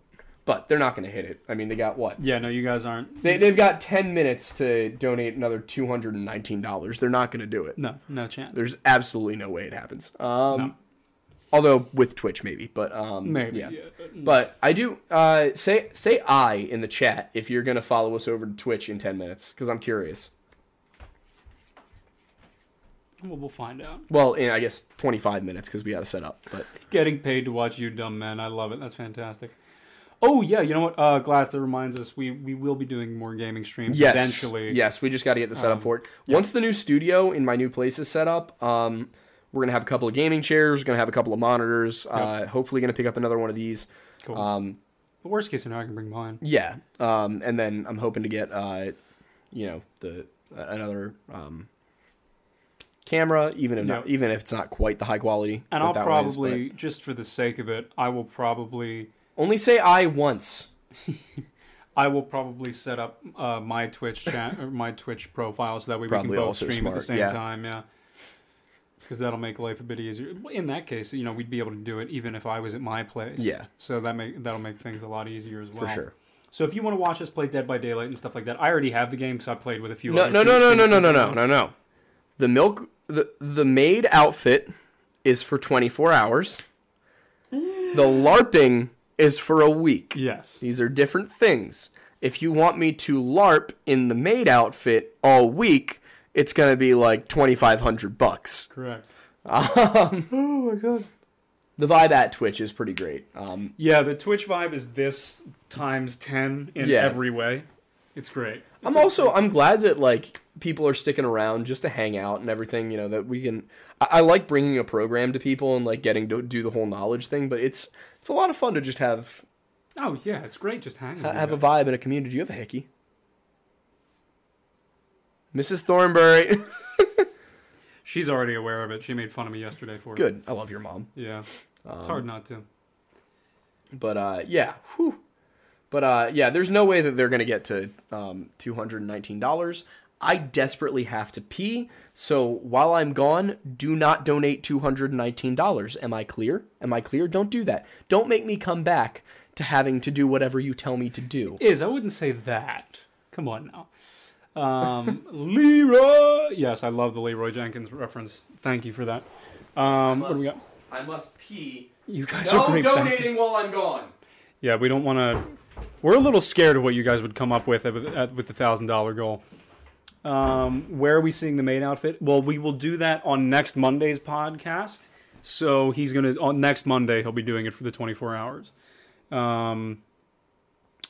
A: But they're not going to hit it. I mean, they got what?
B: Yeah, no, you guys aren't.
A: They, they've got 10 minutes to donate another $219. They're not going to do it.
B: No, no chance.
A: There's absolutely no way it happens. Um, Although with Twitch, maybe. But um,
B: Maybe.
A: yeah.
B: Yeah.
A: But I do uh, say say I in the chat if you're going to follow us over to Twitch in 10 minutes because I'm curious.
B: Well, we'll find out.
A: Well, in I guess 25 minutes because we got to set up. But
B: Getting paid to watch you, dumb man. I love it. That's fantastic. Oh, yeah, you know what? Uh, Glass, that reminds us we, we will be doing more gaming streams
A: yes,
B: eventually. Um,
A: yes, we just got to get the setup for it. Once the new studio in my new place is set up, um, we're gonna have a couple of gaming chairs. We're gonna have a couple of monitors. Uh, hopefully, gonna pick up another one of these.
B: Cool.
A: Um,
B: the worst case scenario, I can bring mine.
A: yeah, um, and then I'm hoping to get, uh, you know, the uh, another um, camera, even if not,
B: Yeah.
A: even if it's not quite the high quality. that
B: And I'll
A: that one is, but-
B: probably, just for the sake of it, I will probably
A: only say I once.
B: I will probably set up uh, my Twitch chat or my Twitch profile so that way we
A: Probably
B: can both
A: also
B: stream at
A: smart,
B: the same
A: yeah.
B: time. Yeah, because that'll make life a bit easier. In that case, you know, we'd be able to do it even if I was at my place.
A: Yeah.
B: So that make that'll make things a lot easier as well.
A: For sure.
B: So if you want to watch us play Dead by Daylight and stuff like that, I already have the game because I played with a few.
A: No,
B: other
A: no,
B: people-
A: no, no, no,
B: people
A: no, no,
B: who-
A: no, no, no. The milk, the the maid outfit is for 24 hours. The LARPing is for a week.
B: Yes.
A: These are different things. If you want me to LARP in the maid outfit all week, it's gonna be like 2,500 bucks.
B: Correct.
A: Um,
B: Oh my god.
A: the vibe at Twitch is pretty great. Um,
B: Yeah, the Twitch vibe is this times ten in
A: Yeah.
B: every way. It's great.
A: I'm also I'm glad that like people are sticking around just to hang out and everything. You know that we can. I, I like bringing a program to people and like getting to do the whole knowledge thing. But it's it's a lot of fun to just have
B: Oh yeah, it's great just hanging.
A: ha-
B: with you
A: have a
B: guys.
A: vibe in a community. Do You have a hickey, Mrs. Thornberry.
B: She's already aware of it. She made fun of me yesterday for it.
A: Good. I love your mom.
B: Yeah. it's hard not to.
A: But uh, yeah. Whew. But uh, yeah, there's no way that they're gonna get to um, two hundred and nineteen dollars. I desperately have to pee, so while I'm gone, do not donate two hundred and nineteen dollars. Am I clear? Am I clear? Don't do that. Don't make me come back to having to do whatever you tell me to do.
B: Is I wouldn't say that. Come on now. Um, Leroy. Yes, I love the Leroy Jenkins reference. Thank you for that. Um, what do we got?
A: I must pee.
B: You guys are great. back-
A: while I'm gone.
B: Yeah, we don't want to. We're a little scared of what you guys would come up with at, at, with the thousand dollar goal. Um, where are we seeing the main outfit? Well, we will do that on next Monday's podcast. So he's gonna on next Monday he'll be doing it for the twenty four hours, um,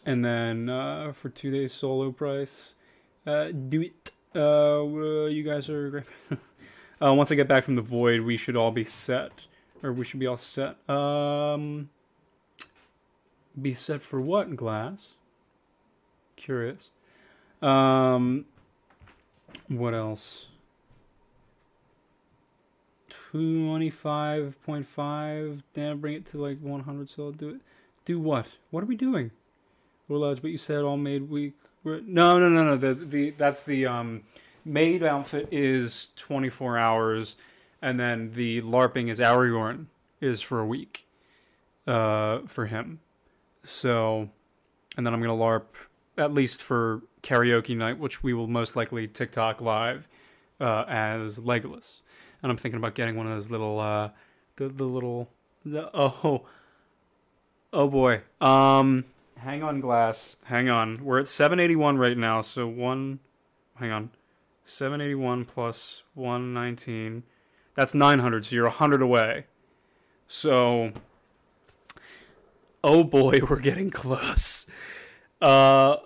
B: and then uh, for two days uh, solo price, uh, do it. Uh, well, you guys are great. Uh, once I get back from the void, we should all be set, or we should be all set. Um, be set for what? Glass. Curious. Um, what else? Twenty-five point five. Damn, bring it to like one hundred. So I'll do it. Do what? What are we doing? We're allowed. But you said all made week. We're, no, no, no, no. The the that's the um maid outfit is 24 hours and then the larping is Auriorn is for a week uh for him so and then i'm gonna larp at least for karaoke night which we will most likely tiktok live uh as legolas and i'm thinking about getting one of those little uh the, the little the oh oh boy um hang on glass hang on we're at 781 right now so one hang on 781 plus 119 that's 900 so you're 100 away so oh boy we're getting close uh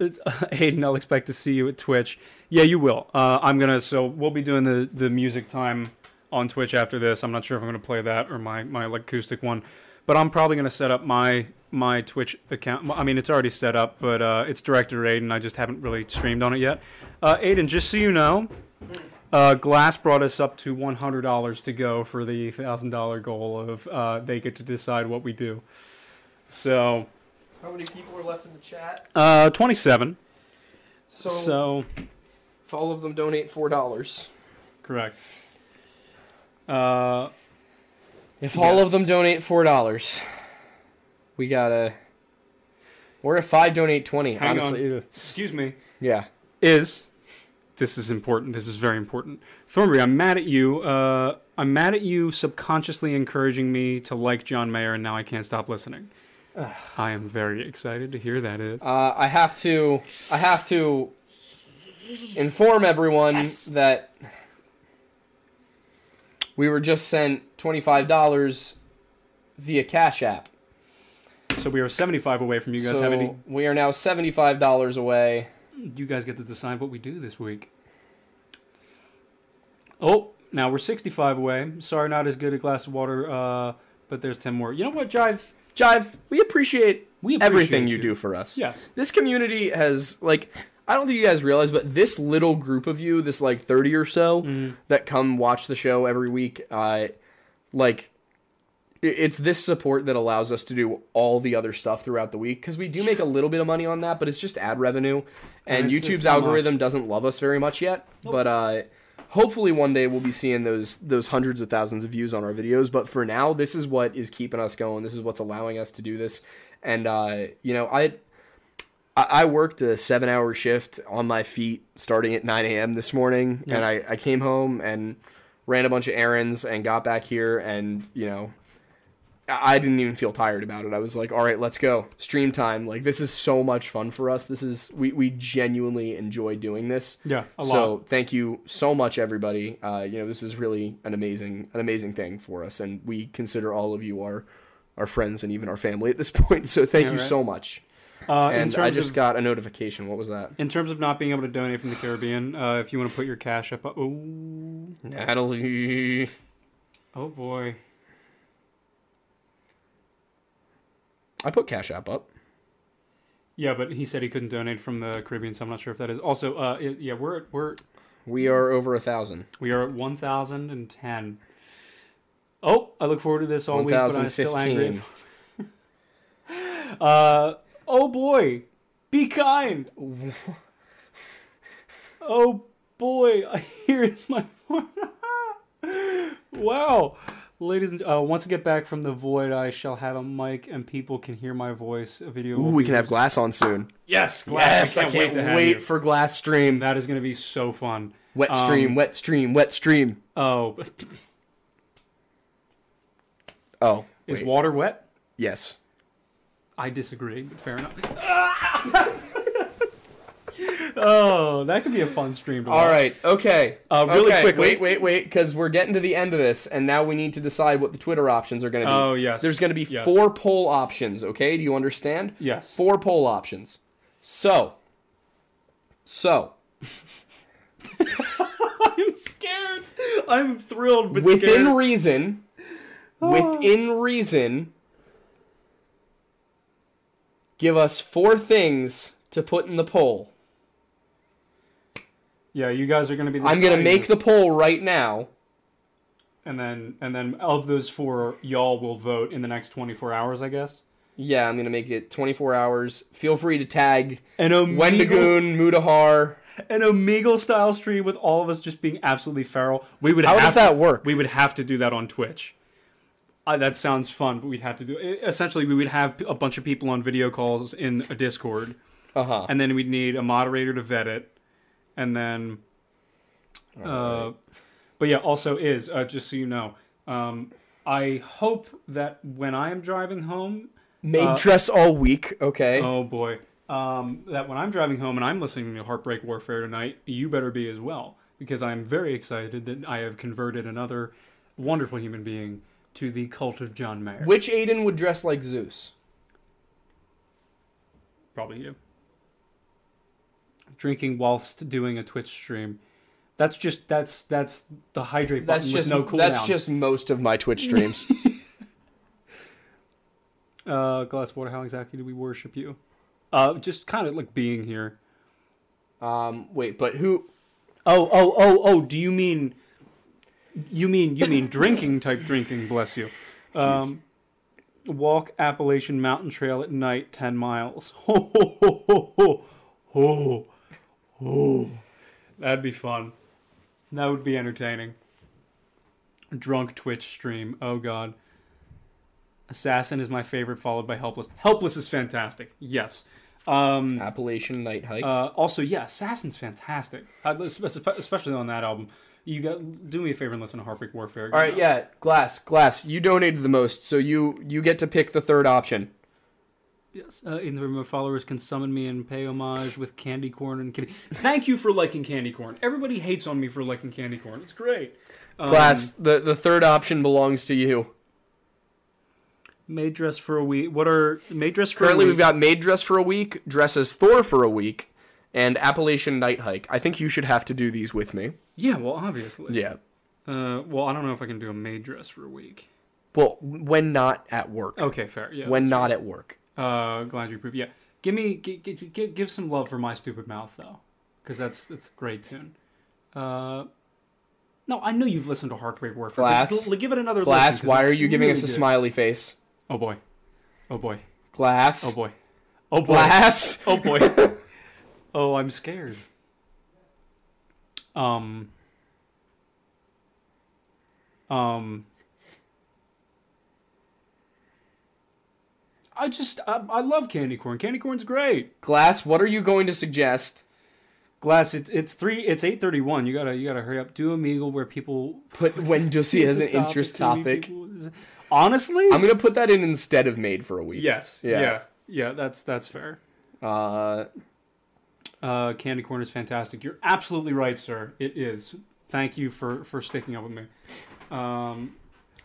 B: it's, hayden i'll expect to see you at twitch yeah you will uh, i'm gonna so we'll be doing the the music time on twitch after this i'm not sure if i'm gonna play that or my my acoustic one but i'm probably gonna set up my my Twitch account. I mean, it's already set up, but uh, it's directed at Aiden. I just haven't really streamed on it yet. Uh, Aiden, just so you know, uh, Glass brought us up to $100 to go for the $1,000 goal of uh, they get to decide what we do. So,
A: How many people are left in the chat?
B: uh, 27.
A: So,
B: So,
A: if all of them donate four dollars.
B: correct. Uh,
A: If all of
B: Yes.
A: them donate four dollars, we gotta. Or if I donate twenty,
B: Hang on.
A: honestly, ugh.
B: excuse me.
A: yeah.
B: is this is important. This is very important. Thornbury, I'm mad at you. Uh, I'm mad at you subconsciously encouraging me to like John Mayer, and now I can't stop listening. I am very excited to hear that is.
A: Uh, I have to. I have to inform everyone that we were just sent twenty-five dollars via Cash App.
B: so we are 75 away from you guys
A: so
B: having to.
A: we are now seventy-five dollars away.
B: You guys get to decide what we do this week. Oh, now we're 65 away. Sorry, not as good a glass of water, uh, but there's 10 more. You know what, Jive?
A: Jive, we appreciate,
B: We appreciate
A: everything you
B: you.
A: do for us.
B: Yes.
A: this community has like I don't think you guys realize, but this little group of you, this like thirty or so
B: Mm-hmm.
A: that come watch the show every week, uh, like i- it's this support that allows us to do all the other stuff throughout the week because we do make a little bit of money on that, but it's just ad revenue, and,
B: And it's just
A: YouTube's
B: how much.
A: algorithm doesn't love us very much yet. But uh, hopefully one day we'll be seeing those those hundreds of thousands of views on our videos. But for now, this is what is keeping us going. This is what's allowing us to do this, and uh, you know I I, I worked a seven hour shift on my feet starting at 9 a.m. this morning. And I, I came home and ran a bunch of errands and got back here. And, you know, I, I didn't even feel tired about it. I was like, all right, let's go. Stream time. Like, this is so much fun for us. This is, we, we genuinely enjoy doing this.
B: Yeah, a
A: so
B: lot.
A: thank you so much, everybody. Uh, you know, this is really an amazing, an amazing thing for us. And we consider all of you our, our friends and even our family at this point. So thank
B: Yeah,
A: you
B: right.
A: so much
B: Uh, in
A: and
B: terms
A: I just
B: of,
A: got a notification. What was that?
B: in terms of not being able to donate from the Caribbean, uh, if you want to put your cash up, oh,
A: Natalie.
B: oh boy,
A: I put Cash App up.
B: yeah, but he said he couldn't donate from the Caribbean, so I'm not sure if that is. Also, uh, i- yeah, we're at, we're
A: We
B: Mm.
A: are over a thousand.
B: we are at one thousand and ten. Oh, I look forward to this all week, but I'm still angry.
A: 1015.
B: Uh, oh boy, be kind. oh boy, here is my horn. wow. Ladies and uh, once I get back from the void, I shall have a mic and people can hear my voice. A video.
A: Ooh,
B: will
A: we
B: be-
A: can have glass on soon.
B: yes, glass.
A: Yes, I can't,
B: wait to have
A: wait
B: you.
A: for glass stream.
B: That is going to be so fun.
A: Wet
B: Um,
A: stream, wet stream, wet stream.
B: Oh,
A: Oh,
B: is
A: wait.
B: water wet?
A: yes.
B: I disagree, but fair enough. oh, that could be a fun stream. To watch.
A: All right. Okay.
B: Uh, really
A: okay.
B: quickly-
A: Wait, wait, wait, because we're getting to the end of this, and now we need to decide what the Twitter options are going to be.
B: Oh, yes.
A: There's going to be
B: Yes.
A: four poll options. Okay. Do you understand?
B: Yes.
A: Four poll options. So. So.
B: I'm scared. I'm thrilled, but
A: within
B: scared.
A: reason. Within reason. Give us four things to put in the poll.
B: Yeah, you guys are going to be.
A: I'm gonna
B: deciding
A: make
B: this.
A: the poll right now.
B: and then and then of those four, y'all will vote in the next 24 hours, I guess.
A: Yeah, I'm gonna make it 24 hours. Feel free to tag
B: An Omegle,
A: Wendigoon, Mudahar.
B: an Omegle style stream with all of us just being absolutely feral. We would.
A: How
B: have
A: does
B: to-
A: that work?
B: We would have to do that on Twitch. Uh, that sounds fun, but we'd have to do. Essentially, we would have a bunch of people on video calls in a Discord.
A: Uh huh.
B: and then we'd need a moderator to vet it, and then, uh, but yeah, also is uh, just so you know, um, I hope that when I am driving home,
A: Made dress all week. Okay.
B: oh boy, um, that when I'm driving home and I'm listening to Heartbreak Warfare tonight, you better be as well because I'm very excited that I have converted another wonderful human being to the cult of John Mayer.
A: Which Aiden would dress like Zeus?
B: Probably you. Drinking whilst doing a Twitch stream. That's just that's that's the hydrate button
A: That's
B: with
A: just
B: no cooldown.
A: that's just most of my Twitch streams.
B: uh, glass water. How exactly do we worship you? Uh, just kind of like being here.
A: um, wait, but who?
B: Oh oh oh oh. Do you mean? You mean you mean drinking type drinking? Bless you. Um, walk Appalachian Mountain Trail at night, ten miles. Ho ho ho ho ho ho. ho. That'd be fun. That would be entertaining. Drunk Twitch stream. Oh god. Assassin is my favorite, followed by Helpless. Helpless is fantastic. Yes. Um,
A: Appalachian Night Hike.
B: uh, also, yeah, Assassin's fantastic, Uh, I- espe- especially on that album. You got do me a favor and listen to Heartbreak Warfare.
A: All right, yeah, glass, glass. You donated the most, so you you get to pick the third option.
B: Yes, uh, in the remote followers can summon me and pay homage with candy corn and candy. Thank you for liking candy corn. Everybody hates on me for liking candy corn. It's great. Um,
A: Glass, the the third option belongs to you.
B: maid dress for a week. What are maid dress for?
A: Currently,
B: a week.
A: we've got maid dress for a week, dress as Thor for a week, and Appalachian Night Hike. I think you should have to do these with me.
B: yeah. Well, obviously.
A: Yeah.
B: Uh, well, I don't know if I can do a maid dress for a week.
A: Well, when not at work.
B: Okay, fair. Yeah.
A: when
B: that's
A: not at work.
B: Uh, glad you approve. Yeah, give me give, give, give some love for my stupid mouth though, because that's that's a great tune. Uh, no, I know you've listened to Heartbreak Warfare. but
A: Glass.
B: l- give it another
A: Glass,
B: listen, 'cause
A: why are
B: it's
A: you giving
B: really
A: us a
B: good.
A: smiley face?
B: Oh boy, oh boy,
A: Glass.
B: oh boy, oh boy,
A: Glass.
B: oh boy. oh, I'm scared. Um. Um. I just I, I love candy corn. Candy corn's great.
A: Glass, what are you going to suggest?
B: Glass, it's it's three. It's eight thirty one. You gotta you gotta hurry up. Do a meagle where people
A: Put when Dulcie has
B: the
A: an interest
B: too many
A: topic.
B: people is- Honestly,
A: I'm gonna put that in instead of made for a week.
B: yes,
A: Yeah.
B: yeah. yeah, That's that's fair.
A: Uh,
B: Uh, candy corn is fantastic. You're absolutely right, sir. It is. Thank you for for sticking up with me. Um,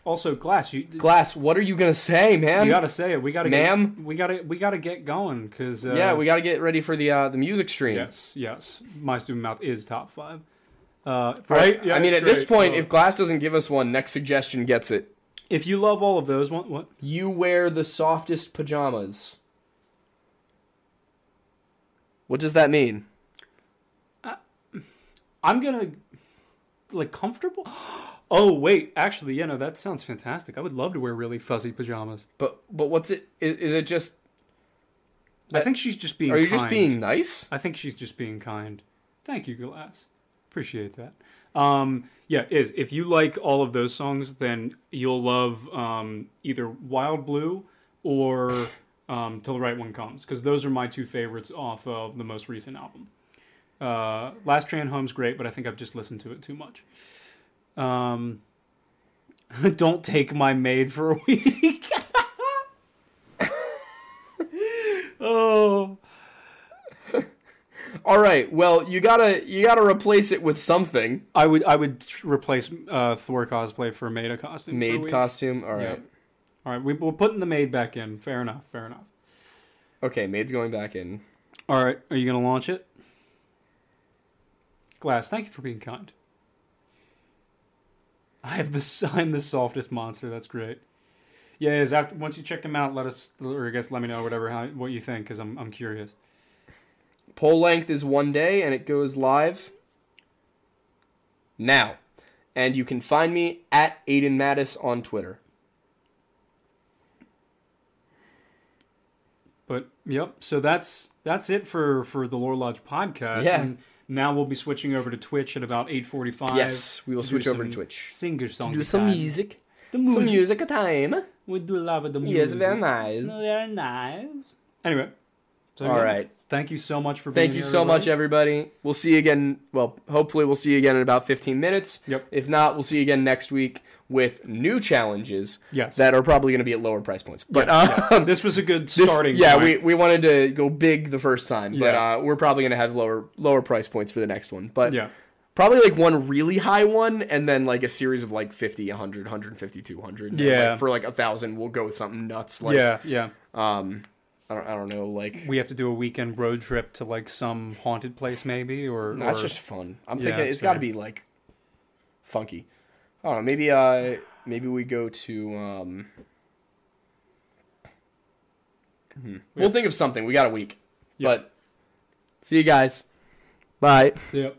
B: also, glass, you
A: Glass, what are you gonna say, man?
B: you gotta say it. We gotta
A: Ma'am?
B: Get, we gotta we gotta get going because uh,
A: yeah, we gotta get ready for the uh, the music stream.
B: yes yes. My student mouth is top five. Uh,
A: Right?
B: Yeah,
A: I mean,
B: it's
A: at this
B: great.
A: point,
B: Uh,
A: if Glass doesn't give us one, next suggestion gets it.
B: if you love all of those, what what
A: You wear the softest pajamas. What does that mean?
B: I'm gonna like comfortable. Oh wait, actually, yeah, no, that sounds fantastic. I would love to wear really fuzzy pajamas.
A: But but what's it? Is, is it just?
B: I think she's just being.
A: Uh, Are you
B: kind.
A: just being nice?
B: I think she's just being kind. Thank you, Glass. Appreciate that. Um, yeah, is if you like all of those songs, then you'll love um, either Wild Blue or um, Till the Right One Comes, because those are my two favorites off of the most recent album. Uh, Last Train Home's great, but I think I've just listened to it too much. Um, don't take my maid for a week. oh.
A: All right. Well, you gotta you gotta replace it with something.
B: I would I would tr- replace uh, Thor cosplay for Maida costume. for a
A: Maid
B: week.
A: costume. All right.
B: Yep. All right, we, we're putting the maid back in. Fair enough. Fair enough.
A: Okay, maid's going back in.
B: All right, are you gonna launch it? Glass, thank you for being kind. I have the I'm the softest monster. That's great. Yeah, is after once you check them out, let us or I guess let me know whatever how, what you think because I'm I'm curious.
A: Poll length is one day, and it goes live now. And you can find me at Aiden Mattis on Twitter.
B: But yep, so that's that's it for for the Lore Lodge podcast.
A: Yeah.
B: And now we'll be switching over to Twitch at about eight forty five.
A: Yes, we will switch over to Twitch.
B: Singer song.
A: Do some music.
B: The
A: Some
B: music.
A: music time.
B: We do love the music.
A: Yes, very nice.
B: Very nice. Anyway. So
A: All
B: yeah,
A: right.
B: Thank you so much for being
A: Thank you
B: here,
A: so much,
B: everybody.
A: everybody. We'll see you again. Well, hopefully, we'll see you again in about 15 minutes.
B: Yep.
A: If not, we'll see you again next week with new challenges
B: Yes.
A: that are probably going to be at lower price points. But um,
B: this was a good
A: this-
B: starting
A: yeah, we,
B: point.
A: we wanted to go big the first time, but
B: Yeah.
A: uh, we're probably going to have lower lower price points for the next one. But
B: Yeah.
A: probably like one really high one and then like a series of like 50, 100, 150, 200. And, like,
B: Yeah.
A: for like a thousand, we'll go with something nuts. Like,
B: yeah, yeah.
A: Um, I don't, I don't know. Like,
B: We have to do a weekend road trip to like some haunted place, maybe, or,
A: No, that's
B: or-
A: just fun. I'm
B: Yeah,
A: thinking
B: that's
A: it's got to be
B: fair.
A: like funky. I don't know. Maybe uh, maybe we go to. Um... hmm. We'll think of something. We got a week,
B: Yeah.
A: but see you guys. Bye.
B: Yep.